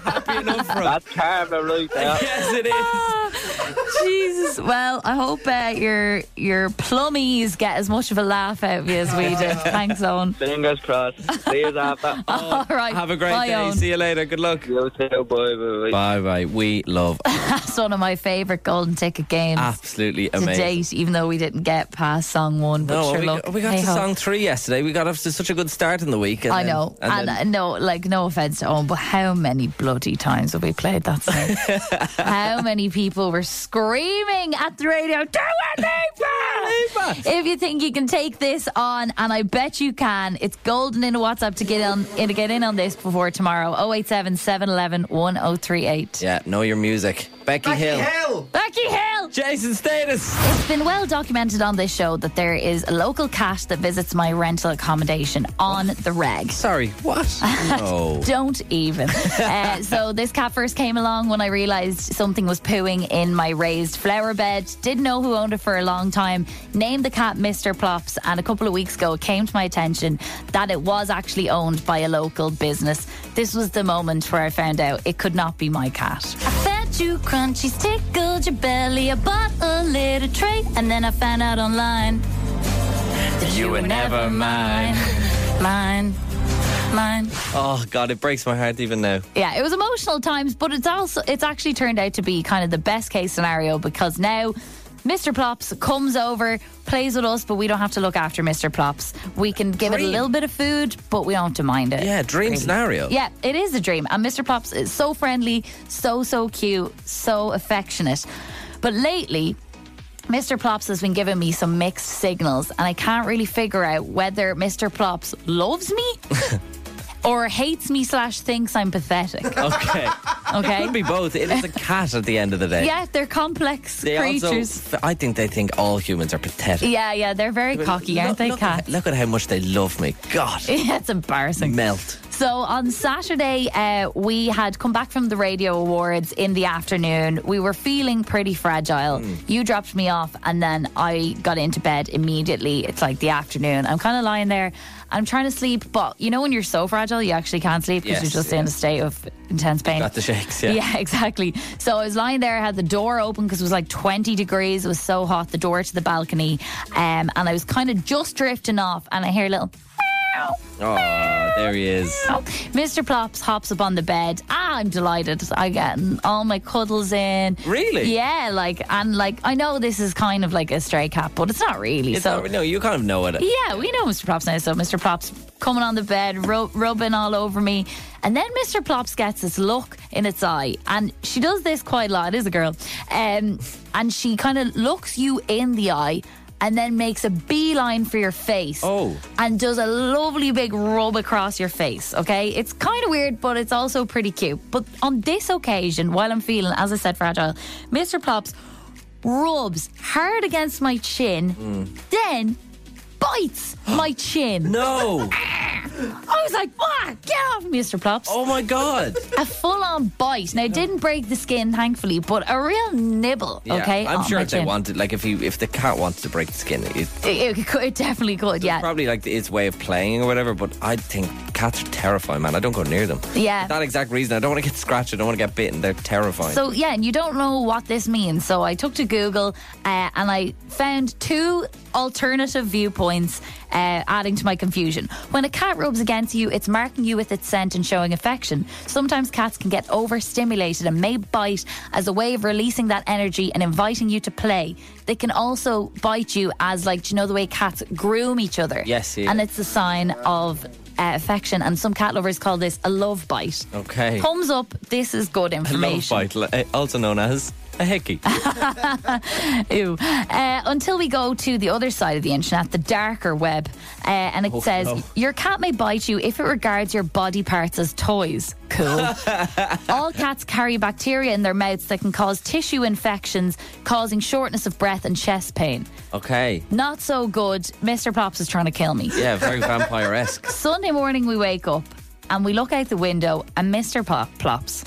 Happy enough for us.
That's karma right there.
Yes, it is.
Jesus. Well, I hope uh, your your plummies get as much of a laugh out of you as we
[laughs]
did. Thanks, Owen. [laughs]
Fingers crossed. See you after.
All right.
Have a great
bye,
day.
Owen.
See you later. Good luck.
You too, boy, boy, boy.
Bye bye. We love
That's one of my favourite golden ticket games.
absolutely
to
amazing.
date, even though we didn't get past song one, but
No,
sure,
we,
look,
we got to
hey-ho.
song three yesterday. We got off to such a good start in the week. and
I
then-
know,
and
and,
then-
uh, no, like no offense to Owen, but how many bloody times have we played
[laughs]
that song? how many people were screaming at the radio, "Do it, Lipa!" If you think you can take this on, and I bet you can, it's golden in a WhatsApp to get on in to get in on this before tomorrow. 087 711 1038.
yeah, know your music. Becky Hill.
Becky Hill.
Jason Status.
It's been well documented on this show that there is a local cat that visits my rental accommodation on the reg.
Sorry,
[laughs]
what? No.
Don't
[laughs]
even. uh, so this cat first came along when I realised something was pooing in my raised flower bed. Didn't know who owned it for a long time. Named the cat Mr. Plops, and a couple of weeks ago it came to my attention that it was actually owned by a local business. This was the moment where I found out it could not be my cat. [laughs] I fed you crunchies, tickled your belly. I bought a little tray, and then I found out online that
You were never mine.
Mine. Mine.
Oh God, it breaks my heart even now.
Yeah, it was emotional times, but it's also it's actually turned out to be kind of the best case scenario because now Mr. Plops comes over, plays with us, but we don't have to look after Mr. Plops. We can give it a little bit of food, but we don't have to mind it.
Yeah, dream scenario.
Yeah, it is a dream. And Mr. Plops is so friendly, so, so cute, so affectionate. But lately, Mr. Plops has been giving me some mixed signals, and I can't really figure out whether Mr. Plops loves
[laughs]
me or hates me slash thinks I'm pathetic.
Okay.
[laughs] Okay.
Could be both. It is a cat at the end of the day.
Yeah, they're complex
They
creatures.
also. I think they think all humans are pathetic.
yeah, yeah, they're very cocky, aren't
Look-
they,
look at-
cats?
Look at how much they love me.
[laughs]
God,
Yeah, it's embarrassing.
melt.
So on Saturday, uh, we had come back from the radio awards in the afternoon. We were feeling pretty fragile.
Hmm.
You dropped me off, and then I got into bed immediately. It's like the afternoon. I'm kind of lying there. I'm trying to sleep, but you know when you're so fragile, you actually can't sleep because
Yes,
you're just
yeah.
in a state of intense pain.
Got the shakes.
[laughs]
Yeah.
exactly. So I was lying there, I had the door open because it was like 20 degrees. It was so hot, the door to the balcony. Um, and I was kind of just drifting off, and I hear a little. meow.
Oh, there he is.
Oh, Mr. Plops hops up on the bed. Ah, I'm delighted. I get all my cuddles in.
Really?
Yeah, like and like I know this is kind of like a stray cat, but it's not really.
It's
so
not- no, you kind of know it.
yeah, we know Mr. Plops now. So Mr. Plops coming on the bed, ru- rubbing all over me. And then Mr. Plops gets this look in its eye. And she does this quite a lot, it is a girl. Um, and she kind of looks you in the eye and then makes a beeline for your face.
Oh.
And does a lovely big rub across your face, okay? It's kind of weird, but it's also pretty cute. But on this occasion, while I'm feeling, as I said, fragile, Mr. Plops rubs hard against my chin,
Mm.
then bites my chin.
No.
[laughs] I was like, ah, get off, Mr. Plops.
Oh my God.
A full on bite. Now, it didn't break the skin, thankfully, but a real nibble,
Yeah,
okay?
I'm
on
sure
my
if they
chin.
wanted, like, if you if the cat wants to break the skin, it,
It, it could- it definitely could, yeah.
probably like its way of playing or whatever. But I think cats are terrifying, man. I don't go near them.
Yeah.
For that exact reason. I don't want to get scratched. I don't want to get bitten. They're terrifying.
So yeah, and you don't know what this means. So I took to Google uh, and I found two alternative viewpoints, uh, adding to my confusion. When a cat rubs against you, it's marking you with its scent and showing affection. Sometimes cats can get overstimulated and may bite as a way of releasing that energy and inviting you to play. They can also bite you as like do you know the way cats groom each other.
Yes, yeah.
and it's a sign of. Uh, affection and some cat lovers call this a love bite.
Okay.
Thumbs up. This is good information.
Love bite, li- also known as a
[laughs]
hickey.
Ew. Uh, until we go to the other side of the internet, the darker web, uh, and it says
Oh, no.
your cat may bite you if it regards your body parts as toys.
[laughs]
Cool. All cats carry bacteria in their mouths that can cause tissue infections, causing shortness of breath and chest pain.
Okay.
Not so good. Mr. Plops is trying to kill me.
Yeah, very vampire esque.
[laughs] Sunday morning, we wake up and we look out the window, and Mr. Pop- Plops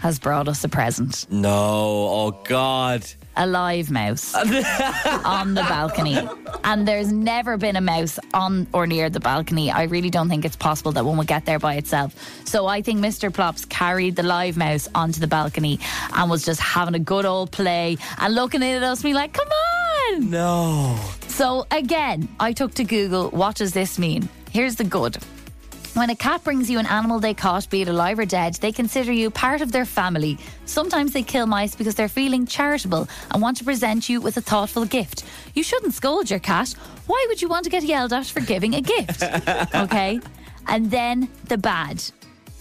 has brought us a present.
No, oh God.
a live mouse on the balcony. And there's never been a mouse on or near the balcony. I really don't think it's possible that one would get there by itself. So I think Mr. Plops carried the live mouse onto the balcony and was just having a good old play and looking at us, me like, come on.
No.
So again, I took to Google, what does this mean? Here's the good. When a cat brings you an animal they caught, be it alive or dead, they consider you part of their family. Sometimes they kill mice because they're feeling charitable and want to present you with a thoughtful gift. You shouldn't scold your cat. Why would you want to get yelled at for giving
[laughs]
a gift? Okay? And then the bad.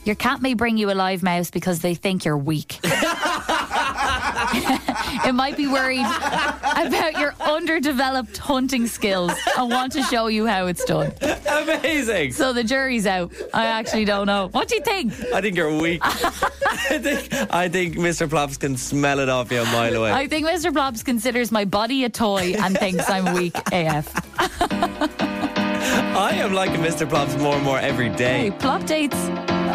Your cat may bring you a live mouse because they think you're weak. [laughs] it might be worried about your underdeveloped hunting skills and want to show you how it's done.
[laughs] Amazing.
So the jury's out. I actually don't know. What do you think?
I think you're
[laughs]
weak. I think I think Mr. Plops can smell it off you a mile away.
I think Mr. Blobs considers my body a toy and thinks I'm
[laughs]
weak AF.
I am liking Mr. Plops more and more every
Hey,
day.
plop dates,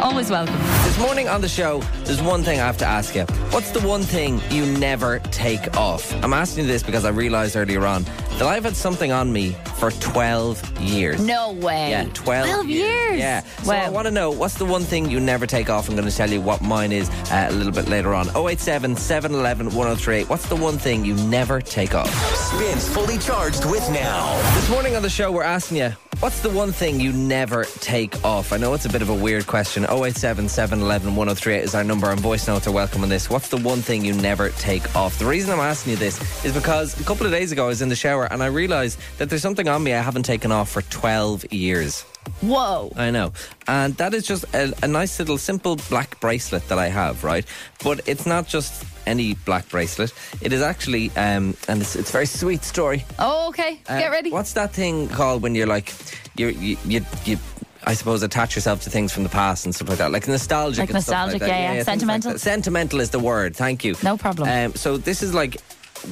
always welcome.
This morning on the show, there's one thing I have to ask you. What's the one thing you never take off? I'm asking you this because I realised earlier on that I've had something on me for 12 years.
No way.
Yeah, 12,
years.
Yeah. So I
Wow.
want to know what's the one thing you never take off? I'm going to tell you what mine is uh, a little bit later on. 087 711 1038. What's the one thing you never take off?
Spins fully charged with now.
This morning on the show, we're asking you. What's the one thing you never take off? I know it's a bit of a weird question. 087 711 1038 is our number, and voice notes are welcome on this. What's the one thing you never take off? The reason I'm asking you this is because a couple of days ago I was in the shower and I realised that there's something on me I haven't taken off for 12 years.
Whoa.
I know. And that is just a, a nice little simple black bracelet that I have, right? But it's not just any black bracelet. It is actually, um, and it's, it's a very sweet story.
Oh, okay.
Uh,
Get ready.
What's that thing called when you're like, you're, you, you, you, I suppose, attach yourself to things from the past and stuff like that, like nostalgic.
Like
and stuff
nostalgic,
like that.
yeah, yeah.
things
Sentimental.
Like that. Sentimental is the word. Thank you.
No problem.
Um, so this is like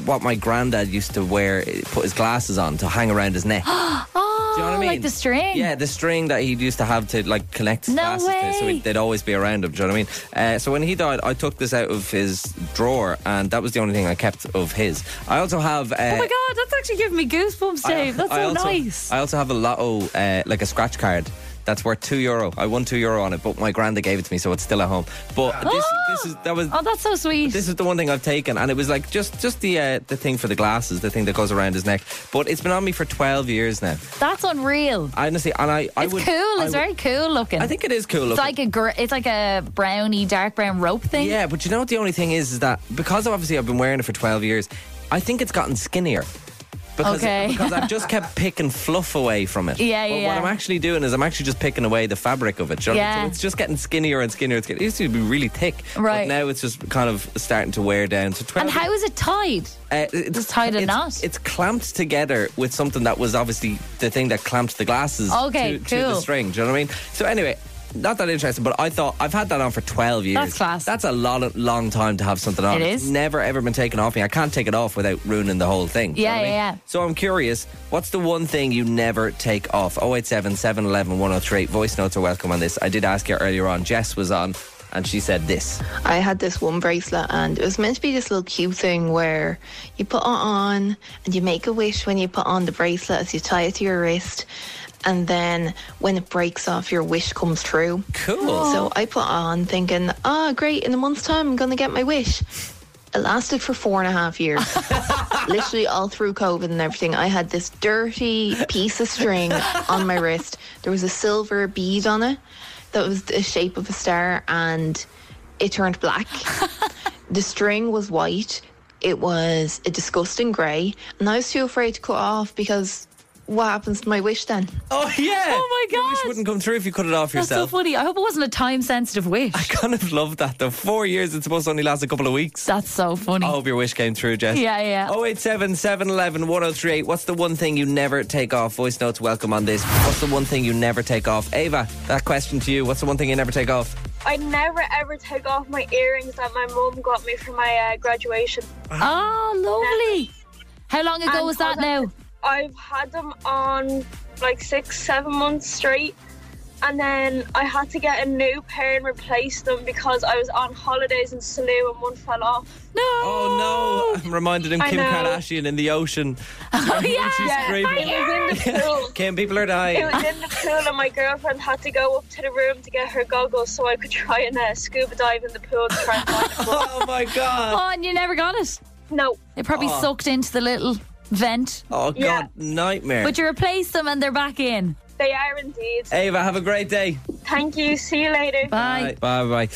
what my granddad used to wear, put his glasses on to hang around his
[gasps]
neck.
Oh,
Do you know what I mean?
like the string.
Yeah, the string that he used to have to like connect his
No
glasses to, so
way.
it- they'd always be around him. Do you know what I mean? Uh, so when he died, I took this out of his drawer, and that was the only thing I kept of his. I also have. Uh,
Oh my god, that's actually giving me goosebumps, Dave. that's so
also,
nice.
I also have a lotto, uh, like a scratch card. That's worth two euro. I won two euro on it, but my granddad gave it to me, so it's still at home. But
[gasps]
this, this is that was
oh, that's so sweet.
this is the one thing I've taken, and it was like just just the uh, the thing for the glasses, the thing that goes around his neck. But it's been on me for twelve years now.
that's unreal.
I honestly, and I, I
it's
would.
cool.
I
It's
would-
very cool looking.
I think it is cool.
it's
Looking.
like a gr- it's like a browny, dark brown rope thing.
yeah, but you know what the only thing is is that because obviously I've been wearing it for twelve years, I think it's gotten skinnier. Because,
Okay.
because I've just
[laughs]
kept picking fluff away from it.
Yeah, yeah,
But
yeah.
what I'm actually doing is I'm actually just picking away the fabric of it. do you know what I mean?
Yeah.
So it's just getting skinnier and skinnier. and skinnier. It used to be really thick.
Right.
But now it's just kind of starting to wear down. So 12
And how is it tied?
uh, it's
Just tied a
it's,
knot?
It's clamped together with something that was obviously the thing that clamped the glasses to,
Okay,
to the
cool.
string. Do you know what I mean? So anyway. Not that interesting, but I thought I've had that on for twelve years.
That's class.
That's a lot, of, long time to have something on.
It
It's
is.
never ever been taken off me. I can't take it off without ruining the whole thing. Do you
Yeah,
know what I
yeah,
mean?
yeah.
So I'm curious, what's the one thing you never take off? 087 711 103. Voice notes are welcome on this. I did ask you earlier on. Jess was on, and she said this.
I had this one bracelet and it was meant to be this little cute thing where you put it on and you make a wish when you put on the bracelet as you tie it to your wrist and then when it breaks off your wish comes true.
Cool.
So I put it on thinking, ah, great, in a month's time I'm gonna get my wish. It lasted for four and a half years. Literally all through COVID and everything. I had this dirty piece of string on my wrist. There was a silver bead on it that was the shape of a star and it turned black. the string was white. It was a disgusting grey. And I was too afraid to cut off because what happens to my wish then?
Oh yeah.
Oh, my
Your wish
God.
wouldn't come through if you cut it off
That's so
yourself.
funny. I hope it wasn't a time sensitive wish.
kind of love that. The four years it's supposed to only last a couple of weeks.
That's so funny.
I hope your wish came through, Jess. Oh,
Yeah, yeah.
087 711 1038. What's the one thing you never take off? Voice notes welcome on this. What's the one thing you never take off? Ava, that question to you. What's the one thing you never take off?
I never ever take off my earrings that my mum got me for my uh, graduation.
Ah.
Oh, lovely. How long ago
And
was that
hold on.
now?
I've had them on like six, seven months straight. And then I had to get a new pair and replace them because I was on holidays in Salou and one fell off.
No.
Oh no, I'm reminded of
I
Kim
know.
Kardashian in the ocean.
[laughs] Oh, yeah.
She's screaming.
It was in the pool.
Kim, people are
It
dying.
was in the pool, and my girlfriend had to go up to the room to get her goggles so I could try and uh, scuba dive in the pool to try and find
[laughs]
them.
oh my god.
Oh, and you never got it.
No,
It probably
Oh.
sucked into the little vent.
Oh god,
Yeah.
nightmare.
But you replace them and they're back in.
they are indeed.
Ava, have a great day.
Thank you. See you later.
Bye.
Bye bye.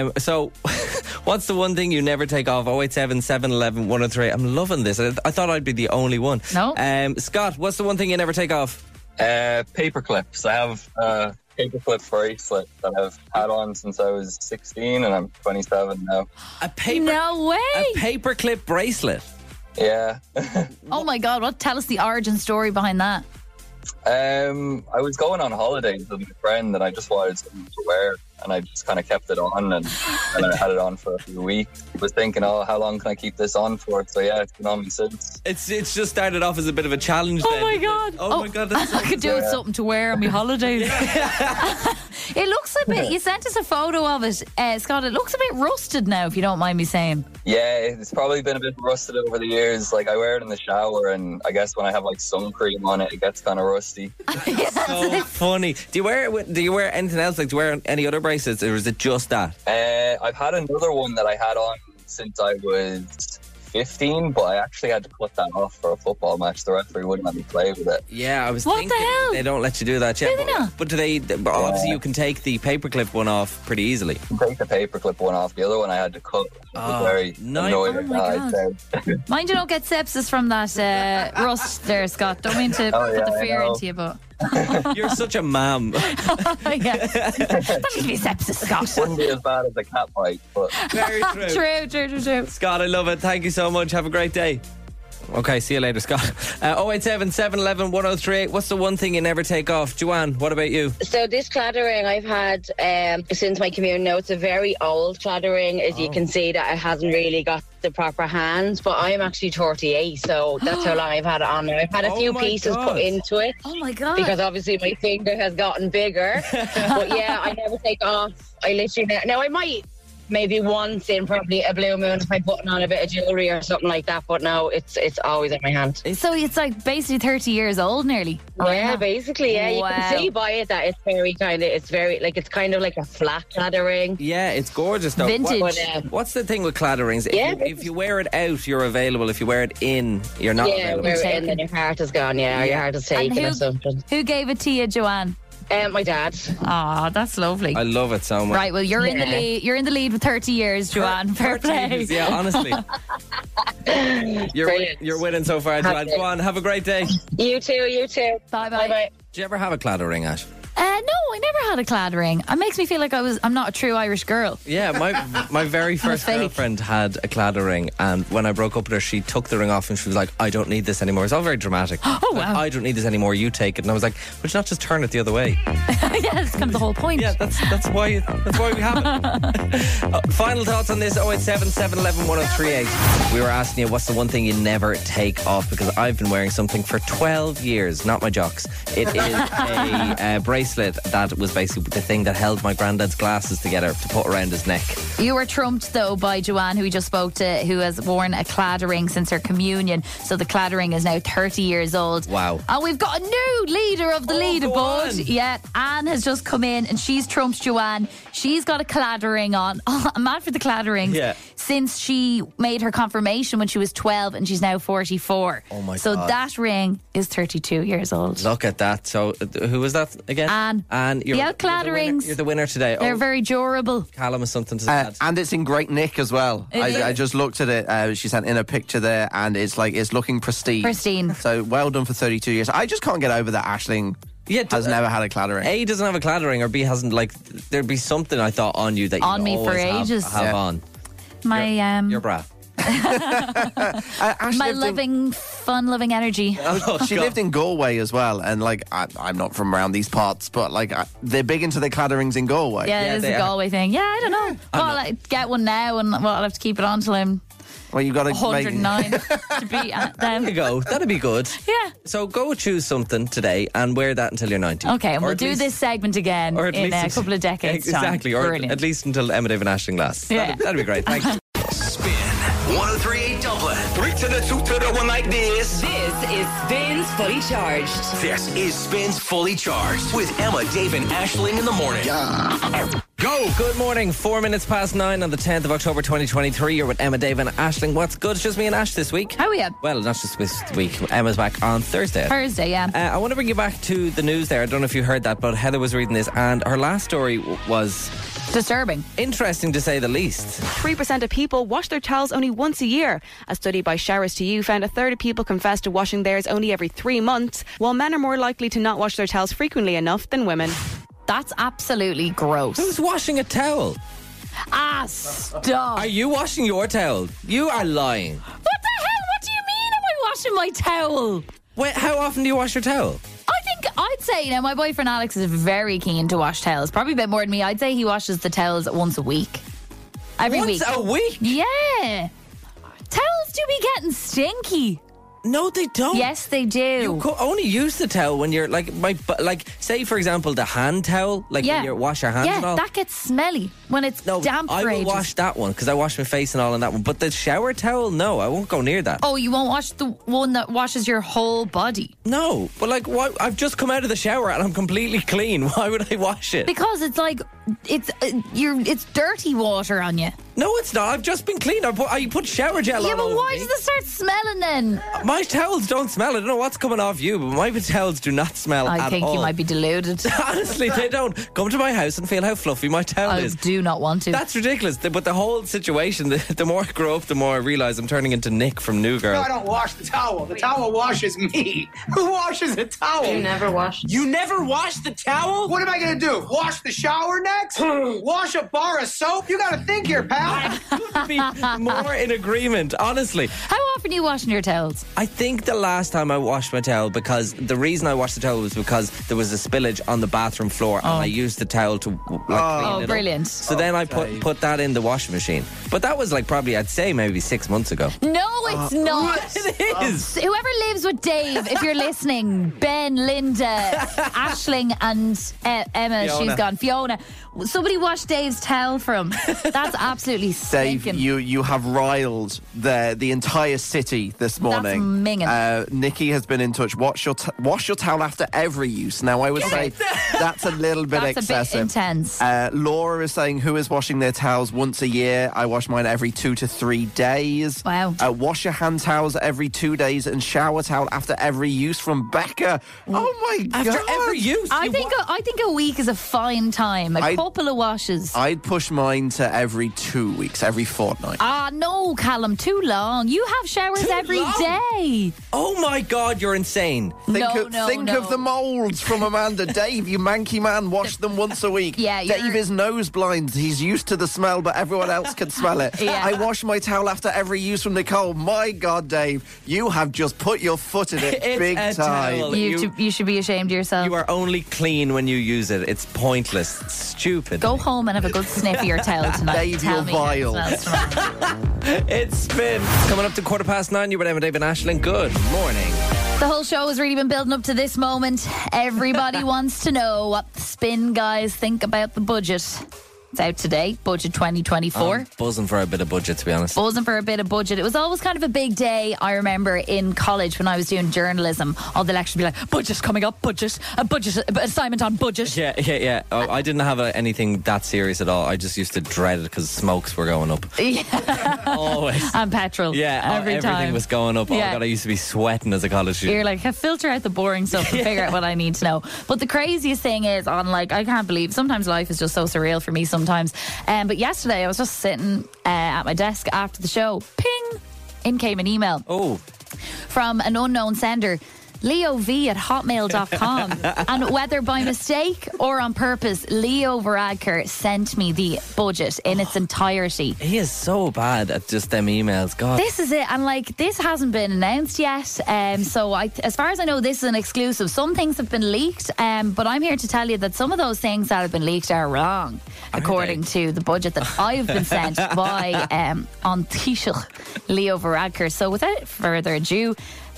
Um, so, [laughs] what's the one thing you never take off? 087 711 103. I'm loving this. I, I thought I'd be the only one.
No.
Um, Scott, what's the one thing you never take off?
Uh, paper clips. I have uh,
paper clip bracelet that I've had on since I was 16 and I'm 27 now.
A paper?
No way.
A paperclip bracelet.
Yeah.
Oh my God, what? Tell us the origin story behind that.
Um, I was going on holidays with my friend, and I just wanted something to wear, and I just kind of kept it on,
[laughs]
and, and I had it on for a few weeks. Was thinking, oh, how long can I keep this on for? So yeah, it's been on me since.
It's it's just started off as a bit of a challenge.
Oh
then.
my god!
Oh, my god! That's
[laughs] I could do with something to wear on my holidays. [laughs] it looks a bit. You sent us a photo of it, uh, Scott. It looks a bit rusted now, if you don't mind me saying.
Yeah, it's probably been a bit rusted over the years. Like I wear it in the shower, and I guess when I have like sun cream on it, it gets kind of rusty.
[laughs] so funny. Do you wear it with- do you wear anything else? Like do you wear any other bracelets, or is it just that?
Uh, I've had another one that I had on since I was 15, but I actually had to cut that off for a football match. The referee wouldn't let me play with it.
Yeah, I was
What the
thinking
hell?
they don't let you do that yet.
Do they
but,
not?
but do they? But obviously, you can take the paperclip one off pretty easily.
Take the paperclip one off. The other one I had to cut. I was
Oh,
very Uh,
nice.
annoyed
Oh
at
my
that.
God.
So- [laughs]
Mind you, don't get sepsis from that uh, rust there, Scott. Don't mean to
Oh, yeah,
put the
I
fear
know.
into you, but
[laughs] You're such a mom. [laughs]
yeah, that gives me sepsis, Scott.
Wouldn't be as bad as a cat bite, but
[laughs]
Very true.
True, true, true, true.
Scott, I love it. Thank you so much. Have a great day. Okay, see you later, Scott. Uh, 087 711 1038. What's the one thing you never take off? Joanne, what about you?
[laughs] So this clattering I've had um, since my commute. Now it's a very old clattering, as
Oh.
you can see that it hasn't really got the proper hands. But I'm actually 38, so
[gasps]
that's how long I've had it on. Now I've had a
Oh
few
my
pieces
God.
put into it
Oh my god!
because obviously my finger has gotten bigger. but yeah,
[laughs]
I never take off. I literally ne- now I might maybe once in probably a blue moon if I'm putting on a bit of jewelry or something like that. But no, it's it's always in my hand.
So it's like basically 30 years old nearly.
Yeah, basically, yeah. You
Wow.
can see by it that it's very kind of, it's very like it's kind of like a flat clattering.
Yeah, it's gorgeous though.
Vintage.
What- what's the thing with clatter rings? If,
Yeah.
you, if you wear it out, you're available. If you wear it in, you're not
yeah,
available.
where it ends and your heart is gone. Yeah, or your heart is taken
who-
or something.
Who gave it to you, Joanne?
Um, my dad.
Oh, that's lovely.
I love it so much.
Right, well, you're in the
Yeah.
lead. You're in the lead with 30 years, Joanne. Fair
30
play.
years, yeah,
[laughs]
honestly. You're, win- you're winning so far,
Have
Joanne.
it.
Go on, have a great day.
You too. You too.
Bye
Bye bye.
Do you ever have a clatter ring, Ash?
Uh, no, I never had a clad ring. It makes me feel like I was. I'm not a true Irish girl.
Yeah, my my
[laughs]
very first
fake.
girlfriend had a clatter ring, and when I broke up with her, she took the ring off and she was like, "I don't need this anymore." It's all very
[gasps]
dramatic. oh
wow.
I don't need this anymore. You take it, and I was like, "Would you not just turn it the other
[laughs]
way?" Uh,
yeah, that's kind of the whole point.
Yeah, that's that's why that's why we have it. Uh, final thoughts on this: 087 711 1038. We were asking you what's the one thing you never take off because I've been wearing something for 12 years, not my jocks.
[laughs]
It is a uh, bracelet that was basically the thing that held my granddad's glasses together to put around his neck.
[laughs] You were trumped though by Joanne, who we just spoke to, who has worn a clad ring since her communion. So the clad ring is now 30 years old.
Wow. Oh,
And we've got a new leader of the leaderboard. Yeah, Anne has just come in and she's trumped Joanne. She's got a clad ring on. [laughs] Oh, I'm mad for the clad rings.
Yeah.
Since she made her confirmation when she was 12 and she's now 44.
Oh my
so
God.
that ring is 32 years old.
Look at that. So, uh, who was that again?
Anne.
Anne, you're,
The
you're
outclatter
winner-
rings.
You're the winner today.
They're
oh,
very durable.
Callum has something to say.
Uh, and it's in great nick as well.
It is.
I, I just looked at it. Uh, she sent in a picture there, and it's like it's looking pristine.
Pristine.
So well done for 32 years. I just can't get over that Ashling
Yeah,
has never had a clattering.
A doesn't have a clattering, or B hasn't like. There'd be something I thought on you that you
On me for
always have-
ages.
Have,
Yeah.
on
My um,
your bra.
my loving, fun-loving [laughs] energy.
Oh,
she lived in Galway as well, and like I, I'm not from around these parts, but like I, they're big into their clatterings in Galway.
Yeah, it's
they
a
are.
Galway thing. Yeah, I don't know. Well, I'll like, get one now, and well, I'll have to keep it on till I'm
Well, you got to [laughs]
109 to
[laughs]
beat at
There you
them.
go. That'd be good.
[laughs] Yeah.
So go choose something today and wear that until you're 90.
[laughs] Okay, and
Or
we'll
at
do
least-
this segment again
or at
in
least
a couple of decades. time.
Exactly. Or
Brilliant.
at least until Emma Dave and Ashton Glass.
Yeah.
That'd, that'd be great.
[laughs]
Thank you.
1038 Dublin. oh Three to the two to the one like this.
This is Spins Fully Charged.
This is Spins Fully Charged with Emma, Dave, and Ashling in the morning.
Go! Good morning. Four minutes past nine on the 10th of October 2023. You're with Emma, Dave, and Ashling. What's good? It's just me and Ash this week.
How are you?
Well, not just this week. Emma's back on Thursday.
Thursday, yeah.
Uh, I want to bring you back to the news there. I don't know if you heard that, but Heather was reading this, and her last story w- was
Disturbing.
interesting to say the least.
3% of people wash their towels only once a year. A study by Showers to You found a third of people confess to washing theirs only every three months, while men are more likely to not wash their towels frequently enough than women.
That's absolutely gross.
Who's washing a towel?
Ah, stop.
Are you washing your towel? You are lying.
What the hell? What do you mean? Am I washing my towel?
Wait, how often do you wash your towel?
I think I'd say, you know, my boyfriend Alex is very keen to wash towels. Probably a bit more than me. I'd say he washes the towels once a week. Every
Once
week.
a week?
Yeah. Towels do be getting stinky.
No, they don't.
Yes, they do.
You co- only use the towel when you're like my bu- like say for example the hand towel like when you wash your hands
yeah,
and all.
that gets smelly when it's damp.
I
for
will
ages.
wash that one because I wash my face and all in that one. But the shower towel, no, I won't go near that.
Oh, you won't wash the one that washes your whole body
No, but like why, I've just come out of the shower and I'm completely clean. [laughs] Why would I wash it?
because it's like it's uh, you're it's dirty water on you.
no, it's not. I've just been clean. I put, I put shower gel
yeah,
on.
but
all
why
over me.
does it start smelling then?
My towels don't smell. I don't know what's coming off you, but my [laughs] towels do not smell at all.
I think you might be deluded.
[laughs] Honestly,
[laughs]
they don't. Come to my house and feel how fluffy my towel
I
is.
do not want to.
That's ridiculous. The- But the whole situation, [laughs] the, the more I grow up, the more I realise I'm turning into Nick from New Girl.
No, I don't wash the towel. The towel washes me. [laughs] Who washes the towel?
You never wash.
You never wash the towel? What am I gonna do? Wash the shower next? wash a bar of soap? You gotta think here, pal. [laughs]
more in agreement, honestly.
How often are you washing your towels?
I think the last time I washed my towel, because the reason I washed the towel was because there was a spillage on the bathroom floor
Oh.
and I used the towel to like,
Oh.
clean it
Oh,
up.
brilliant.
So then I put put that in the washing machine. But that was like probably I'd say maybe six months ago.
No, it's not.
Uh, [laughs] It is.
Whoever lives with Dave, if
[laughs]
you're listening, Ben, Linda, Ashling, and uh, Emma,
Fiona.
she's gone. Fiona, somebody wash Dave's towel from.
[laughs]
That's absolutely
Dave,
stinking.
you, you have riled the the entire city this morning.
minging.
Uh, Nikki has been in touch. Wash your t- wash your towel after every use. Now I would say
[laughs]
that's a little bit
That's a bit
excessive.
intense.
Uh, Laura is saying who is washing their towels once a year. I wash mine every two to three days. Wow. Uh, wash your hand towels every two days and shower towel after every use. From Becca. Oh my god!
I think a, I think a week is a fine time. A
I-
couple of washes.
I'd push mine to every two weeks, every fortnight.
Ah, no, Callum, too long. You have showers every day.
Oh my god, you're insane.
Think,
No,
of,
no,
think
no.
of the molds from
[laughs]
Amanda. Dave, you manky man, wash them once a week.
Yeah, you're-
Dave is nose blind. He's used to the smell, but everyone else can smell it.
[laughs] Yeah.
I wash my towel after every use from Nicole. My God, Dave, you have just put your foot in it
[laughs] It's
big
a
time.
towel.
You, t- you should be ashamed of yourself.
You are only clean when you use it. It's pointless. It's stupid. [laughs]
Go home and have a good sniff of your towel tonight.
Dave,
Tell
you're
me how it
vile.
smells tomorrow.
[laughs] It's been coming up to quarter past nine. You're with Emma David Ashling. Good morning.
The whole show has really been building up to this moment.
[laughs]
Everybody wants to know what the spin guys think about the budget. It's out today, budget 2024.
I'm buzzing for a bit of budget, to be honest.
Buzzing for a bit of budget. It was always kind of a big day. I remember in college when I was doing journalism, all the lectures would be like, budget's coming up, budget, a budget, a assignment on budget.
Yeah, yeah, yeah. Oh, I didn't have uh, anything that serious at all. I just used to dread it because smokes were going up.
[laughs] Yeah.
Always.
and petrol.
Yeah, oh,
every
everything
time.
was going up. Oh
Yeah.
my god, I used to be sweating as a college student.
You're like, "Hey, filter out the boring stuff and figure out what I need to know. But the craziest thing is, on like, I can't believe sometimes life is just so surreal for me sometimes. Um, but yesterday I was just sitting uh, at my desk after the show. Ping! In came an email.
Oh.
From an unknown sender. Leo V at hotmail.com. and whether by mistake or on purpose, Leo Varadkar sent me the budget in its entirety.
He is so bad at just them emails. God.
This is it, and like this hasn't been announced yet. Um, so, I, as far as I know, this is an exclusive. Some things have been leaked, um, but I'm here to tell you that some of those things that have been leaked are wrong, according to the budget that I've been sent by um, on Taoiseach Leo Varadkar. So, without further ado,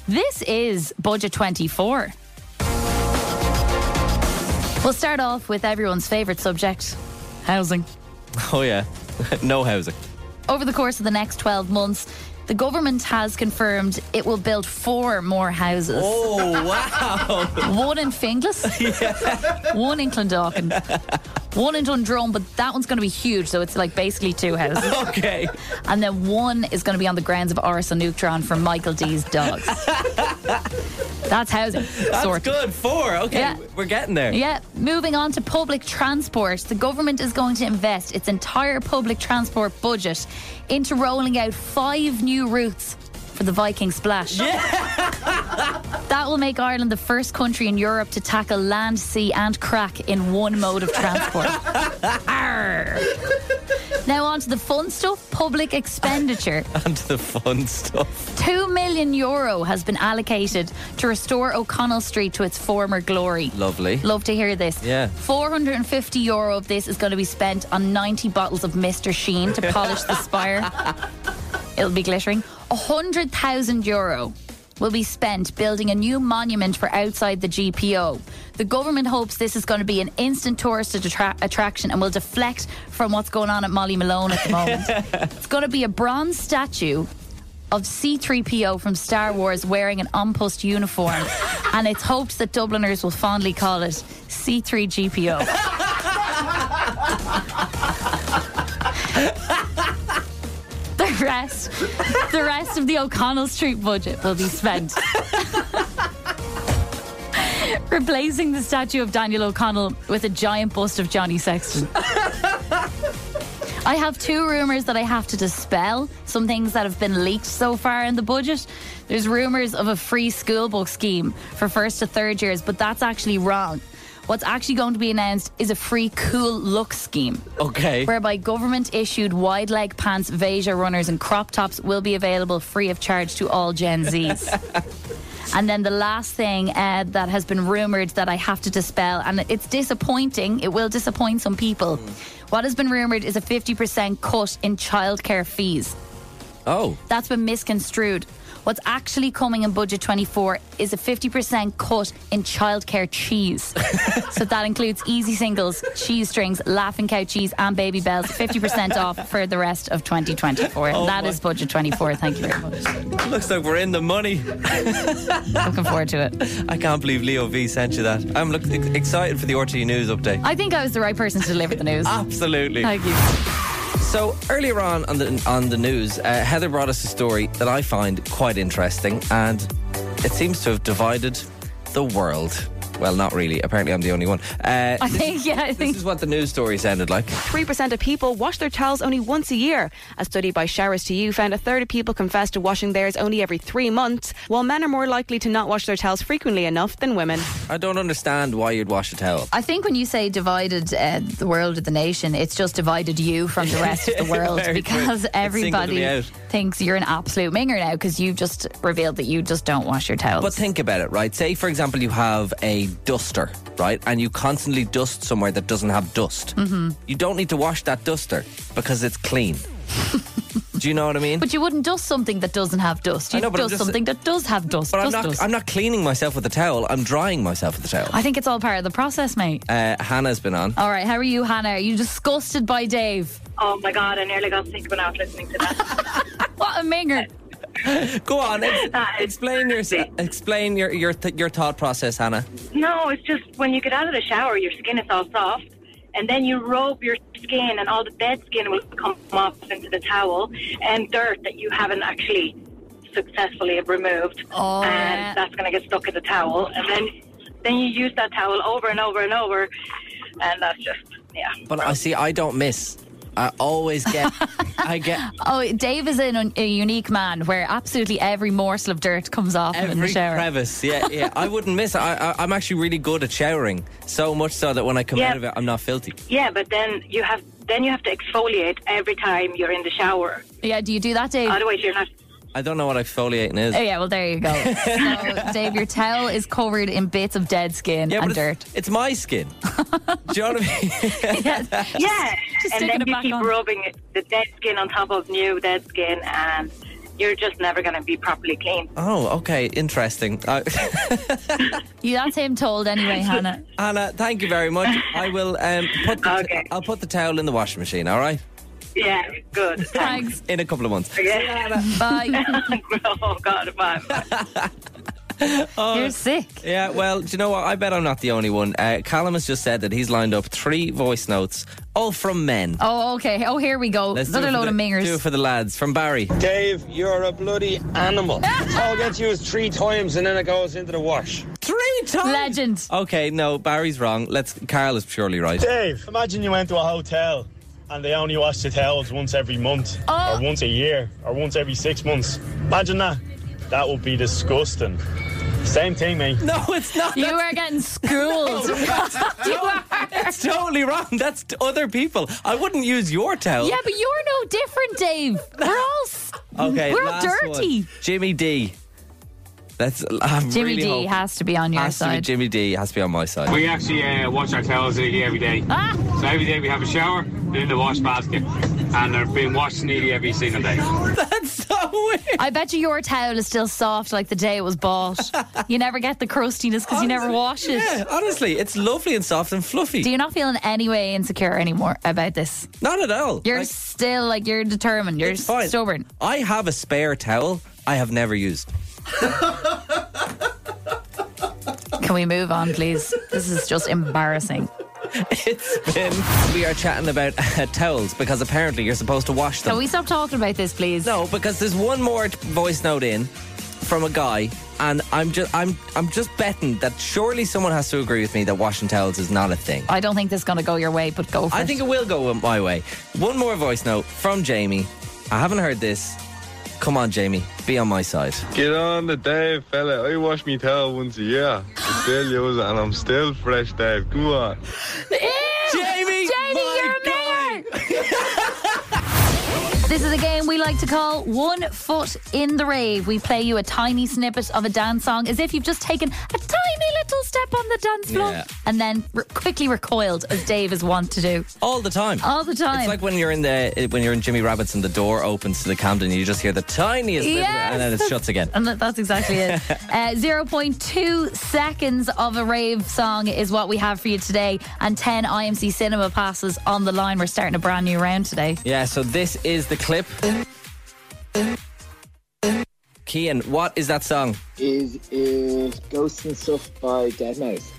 this is Budget 24. We'll start off with everyone's favourite subject housing.
[laughs] oh yeah, [laughs] no housing.
Over the course of the next 12 months, the government has confirmed it will build four more houses.
Oh,
[laughs]
wow.
one in
[laughs]
Finglas, one in Clondalkin, one in Dundrum, but that one's going to be huge, so it's like basically two houses.
[laughs] Okay.
And then one is going to be on the grounds of Arsa Neutron from Michael D's
[laughs]
Dogs. That's housing.
That's
sorted.
good. Four. Okay,
Yeah.
we're getting there. [laughs]
Yeah, moving on to public transport. The government is going to invest its entire public transport budget into rolling out five new routes for the Viking Splash.
Yeah.
[laughs] That will make Ireland the first country in Europe to tackle land, sea, and crack in one mode of transport. Arr. Now, on to the fun stuff public expenditure.
And the fun stuff.
Two million euro has been allocated to restore O'Connell Street to its former glory.
Lovely.
Love to hear this.
Yeah.
450 euro of this is going to be spent on 90 bottles of Mr. Sheen to polish the spire. It'll be glittering. 100,000 euro will be spent building a new monument for outside the GPO. The government hopes this is going to be an instant tourist attra- attraction and will deflect from what's going on at Molly Malone at the moment. it's going to be a bronze statue of C3PO from Star Wars wearing an unpussed uniform, and it's hoped that Dubliners will fondly call it C3GPO. The rest, the rest of the O'Connell Street budget will be spent [laughs] replacing the statue of Daniel O'Connell with a giant bust of Johnny Sexton. I have two rumours that I have to dispel, some things that have been leaked so far in the budget. There's rumours of a free schoolbook scheme for first to third years, but that's actually wrong. What's actually going to be announced is a free cool look scheme.
Okay.
Whereby government issued wide leg pants, Veja runners, and crop tops will be available free of charge to all Gen Zs. And then the last thing uh, that has been rumoured that I have to dispel, and it's disappointing, it will disappoint some people. What has been rumoured is a 50% cut in childcare fees.
Oh.
That's been misconstrued. What's actually coming in Budget 24 is a 50% cut in childcare
[laughs]
cheese. so that includes easy singles, cheese strings, laughing cow cheese, and baby bells. 50%
[laughs]
off for the rest of 2024.
Oh
that
my-
is Budget 24. Thank you very
[laughs]
much.
Looks like we're in the money. [laughs]
Looking forward to it.
I can't believe Leo V sent you that. I'm look, ex- excited for the RT News update.
I think I was the right person to deliver the news.
Absolutely.
Thank you.
So earlier on on the, on the news, uh, Heather brought us a story that I find quite interesting, and it seems to have divided the world. Well, not really. Apparently, I'm the only one. Uh,
I
this-
think-
yeah, I
think-
this is what the news story sounded like.
3% of people wash their towels only once a year. A study by Showers to You found a third of people confess to washing theirs only every three months, while men are more likely to not wash their towels frequently enough than women.
I don't understand why you'd wash a towel.
I think when you say divided uh, the world or the nation, it's just divided you from the rest of
[laughs]
the world
Very true. It singled
because
me
everybody
out.
thinks you're an absolute minger now because you've just revealed that you just don't wash your towels.
But think about it, right? Say, for example, you have a duster, right? And you constantly dust somewhere that doesn't have dust.
Mhm.
You don't need to wash that duster because it's
[laughs]
clean. Do you know what I mean?
But you wouldn't dust something that doesn't have dust.
I
You'd
know, but I'm
dust
just-
something that does have dust.
But I'm
Dust
not,
does.
I'm not cleaning myself with a towel. I'm drying myself with a towel.
I think it's all part of the process, mate.
Uh, Hannah's been on.
All right, how are you, Hannah? Are you disgusted by Dave?
[laughs] Oh my god, I nearly got sick when I was listening to that.
[laughs] What a minger.
Go on, ex- explain your explain your your th- your thought process, Hannah.
no, it's just when you get out of the shower, your skin is all soft, and then you rub your skin, and all the dead skin will come off into the towel and dirt that you haven't actually successfully removed.
Oh,
and
yeah.
that's going to get stuck in the towel, and then then you use that towel over and over and over, and that's just yeah.
But I see, I don't miss. I always
[laughs]
get. I get
Oh, Dave is an, un- a unique man where absolutely every morsel of dirt comes off him in the
every
shower.
crevice. Yeah, yeah. I wouldn't miss. it. I, I I'm actually really good at showering, so much so that when I come
Yeah.
out of it, I'm not filthy.
Yeah, but then you have then you have to exfoliate every time you're in the shower.
Yeah, do you do that, Dave?
Otherwise, you're not
I don't know what exfoliating is.
Oh, yeah, well, there you go.
[laughs]
so, Dave, your towel is covered in bits of dead skin and dirt.
It's my
[laughs]
skin. Do you know what I mean?
Yeah,
just
and
sticking
then
it
you
back
keep
on.
rubbing it- the dead skin on top of new dead skin, and you're just never going to be properly clean.
Oh, okay, interesting. Uh, [laughs]
Yeah, that's him
[laughs]
told anyway, Hannah.
Anna, thank you very much. I will um, put the I'll put the towel in the washing machine. All right,
Yeah,
[laughs]
good. Thanks.
in a couple of months.
Yeah.
Bye.
[laughs] oh God, bye.
[laughs] Oh.
You're sick.
Yeah, well, do you know what? I bet I'm not the only one. Uh, Callum has just said that he's lined up three voice notes, all from men.
Oh, okay. Oh, here we go.
Let's do
Another
it for
load
the-
of mingers.
Do it for the lads from Barry.
Dave, you're a bloody
[laughs]
animal. I'll get used three times and then it goes into the wash.
Three times.
Legend.
Okay, no, Barry's wrong. Let's. Carl is surely right.
Dave, imagine you went to a hotel and they only wash the towels once every month, or once a year, or once every six months. Imagine that. That would be disgusting. Same thing, mate.
No, it's not.
You are
[laughs]
getting schooled. [laughs] you are.
It's totally wrong. That's to other people. I wouldn't use your towel.
Yeah, but you're no different, Dave. We're all s-
Okay.
We're all
last
dirty.
one. Jimmy D. That's I'm
Jimmy
really
D
hoping-
has to be on your
has to be
side.
Jimmy D has to be on my side.
We actually uh, wash our towels nearly every day.
Ah.
So every day we have a shower, they're in the wash basket, and they're being washed nearly every single day.
That's so weird.
I bet you your towel is still soft like the day it
[laughs]
was bought. you never get the crustiness because you never wash it.
Yeah, honestly, it's lovely and soft and fluffy.
Do you not feel in any way insecure anymore about this?
Not at all.
You're
Like,
still like you're determined. You're
it's fine.
stubborn.
I have a spare towel I have never
[laughs]
used.
Can we move on, please? This is
[laughs]
just embarrassing.
It's been. We are chatting about uh, towels because apparently you're supposed to wash them.
Can we stop talking about this, please?
No, because there's one more t- voice note in from a guy, and I'm just I'm I'm just betting that surely someone has to agree with me that washing towels is not a thing.
I don't think this is going to go your way, but go for
I
it.
think it will go my way. One more voice note from Jamie. I haven't heard this. Come on, Jamie, be on my side.
Get on the Dave, fella. I wash me towel once a year. I still use it and I'm still fresh, Dave. Come on.
Jamie, you're a mayor. This is a game we like to call One Foot in the Rave. We play you a tiny snippet of a dance song as if you've just taken a tiny little step on the dance floor
Yeah.
and then re- quickly recoiled, as Dave is wont to do.
All the time.
All the time.
It's like when you're in the when you're in Jimmy Rabbit's and the door opens to the Camden, you just hear the tiniest little,
Yes.
and then it shuts again.
And that- that's
[laughs]
exactly it. uh, 0.2 seconds of a rave song is what we have for you today, and 10 IMC cinema passes on the line. We're starting a brand new round today.
Yeah, so this is the clip. Kian, what is that song?
It is Ghosts and Stuff by Dead Mouse.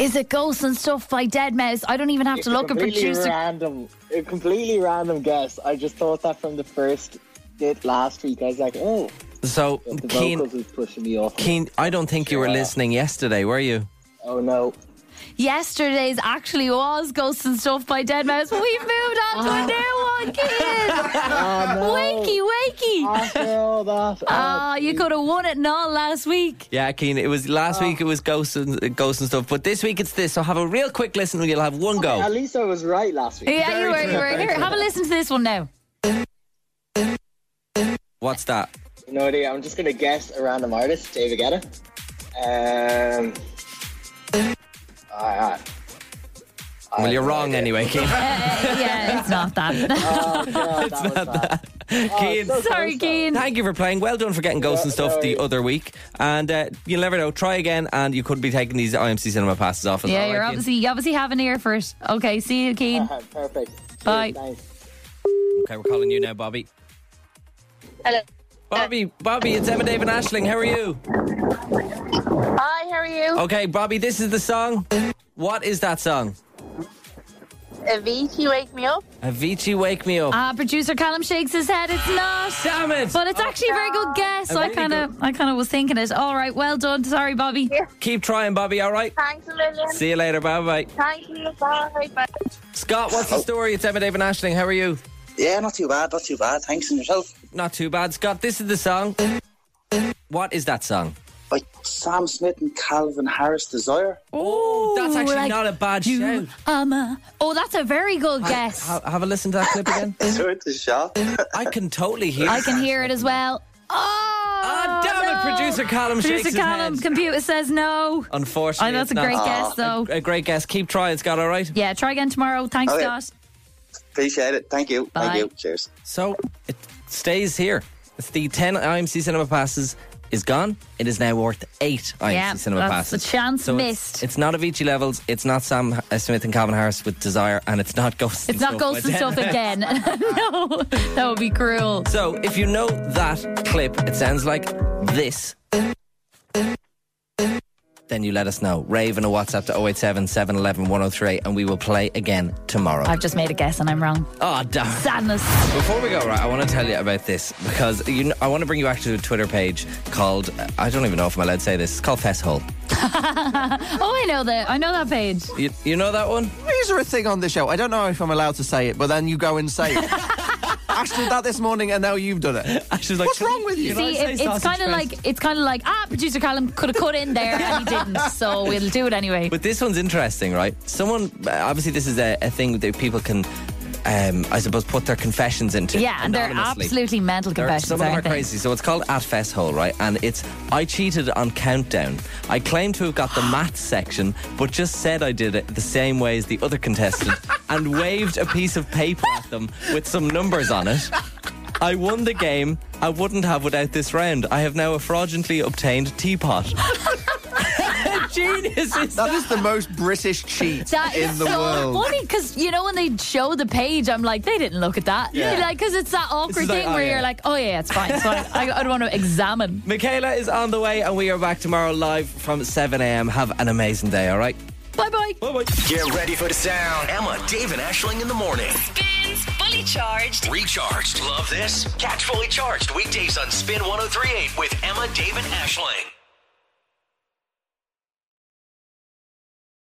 Is it Ghosts and Stuff by Dead Mouse? I don't even have to look at
completely
producer.
random, a completely random guess. I just thought that from the first bit last week. I was like, oh,
So,
the
Keen,
vocals was pushing me off.
Keen, I don't think you were listening yesterday, were you?
Oh no.
Yesterday's actually was Ghosts and Stuff by Dead Mouse, but we've moved on
Ah.
to a new one, Kid. Wakey, wakey.
After all that.
Ah, you could have won it and all last week.
Yeah, Keen, it was
Oh.
last week. It was ghosts and uh, ghosts and stuff, but this week it's this. So have a real quick listen, and you'll have one go.
At least I was right last week.
Yeah, you were, you were. Here, have a listen to this one
[laughs]
now.
What's that?
No idea. I'm just gonna guess a random artist, David Guetta. Um. All right.
well, you're wrong anyway, Keen.
yeah, it's not
[laughs] Oh,
that. [laughs]
it's not that. Keen,
Sorry, Keen.
Thank you for playing. Well done for getting Ghosts and Stuff the other week. And uh, you'll never know. Try again, and you could be taking these IMC Cinema passes off. as
Yeah,
well,
you're
right, Cian?
obviously you obviously have an ear for it. Okay, see you, Keen.
[laughs] Perfect.
Bye.
Okay, we're calling you now, Bobby.
Hello.
Bobby, Bobby, it's Emma, Dave, and Ashling. How are you?
Hi, how are you?
Okay, Bobby, this is the song. What is that song?
Avicii, wake me up.
Avicii, Wake Me
Uh,
Up.
Ah, producer Callum shakes his head. It's not.
Oh. Damn it!
But it's actually a very good guess.
A
I
really
kind of, I kind of was thinking it. All right, well done. Sorry, Bobby.
Keep trying, Bobby, all right?
Thanks a million.
See you later. Bye bye.
Thank you. Bye. Bye.
Scott, what's the story? It's Emma, Dave, and Ashling. How are you?
Yeah, not too bad, not too bad. Thanks and yourself.
Not too bad. Scott, this is the song. What is that song?
By Sam Smith and Calvin Harris, Desire.
Oh, that's actually
like
not a bad shout.
Um, uh, oh, that's a very good guess.
Ha- have a listen to that
[laughs]
clip again. I can totally hear. Ah,
I can hear it as well. Oh,
damn it,
no.
producer Callum
Producer
shakes his
Callum,
head.
computer says no.
Unfortunately,
Oh, that's
it's
a
not- Ah,
great guess, though.
A, a great guess. Keep trying, Scott. All right.
Yeah, try again tomorrow. Thanks,
Okay.
Scott.
Appreciate it. Thank you.
Bye.
Thank you. Cheers.
So it stays here. It's the ten IMC cinema passes is gone. It is now worth eight IMC
Yeah,
cinema
that's
passes.
the chance
So it's-
missed.
It's, not Avicii levels. It's not Sam uh, Smith and Calvin Harris with Desire, and it's not Ghosts.
It's not ghosts and stuff again. [laughs] no, that would be cruel.
[laughs] So if you know that clip, it sounds like this. Then you let us know. Rave in a WhatsApp to 087 711 1038 and we will play again tomorrow.
I've just made a guess and I'm wrong. [laughs]
Oh, damn.
Sadness.
Before we go, right, I want to tell you about this because you know, I want to bring you back to a Twitter page called, I don't even know if I'm allowed to say this, it's called Fesshole.
oh, I know that. I know that page.
[laughs] You, you know that one?
[laughs]
These are a thing on the show. I don't know if I'm allowed to say it, but then you go and say it. Ash did that this morning, and now you've done
[laughs]
it.
Ash is like,
what's wrong with you?
See, it, it's kind of like it's kind of like ah, producer Callum could have cut in there and he didn't, so we'll do it anyway.
But this one's interesting, right? Someone, obviously, this is a, a thing that people can, um, I suppose, put their confessions into.
Yeah, and they're
anonymously.
absolutely mental
There-
confessions.
Some of them are
aren't they?
crazy. So it's called at Fess Hole, right? And it's I cheated on Countdown. I claim to have got
[gasps]
the maths section, but just said I did it the same way as the other
[laughs]
contestant and waved a piece of paper at them with some numbers on it. I won the game I wouldn't have without this round. I have now a fraudulently obtained teapot.
[laughs]
Genius!
That is the most British cheat
That is
in the
so
world.
funny because you know when they show the page, I'm like, they didn't look at that.
Yeah.
You're Like, because it's that awkward
like,
thing
oh,
where
yeah.
you're like, oh yeah, it's fine. So I, I, I don't want to [laughs] examine.
Michaela is on the way, and we are back tomorrow live from 7 a.m. Have an amazing day, all right?
Bye bye.
Bye bye.
Get ready for the sound. Emma, Dave, and Ashling in the morning.
Spins Fully Charged.
oh Recharged. Love this? Catch fully charged weekdays on Spin 1038 with Emma, Dave, and Ashling.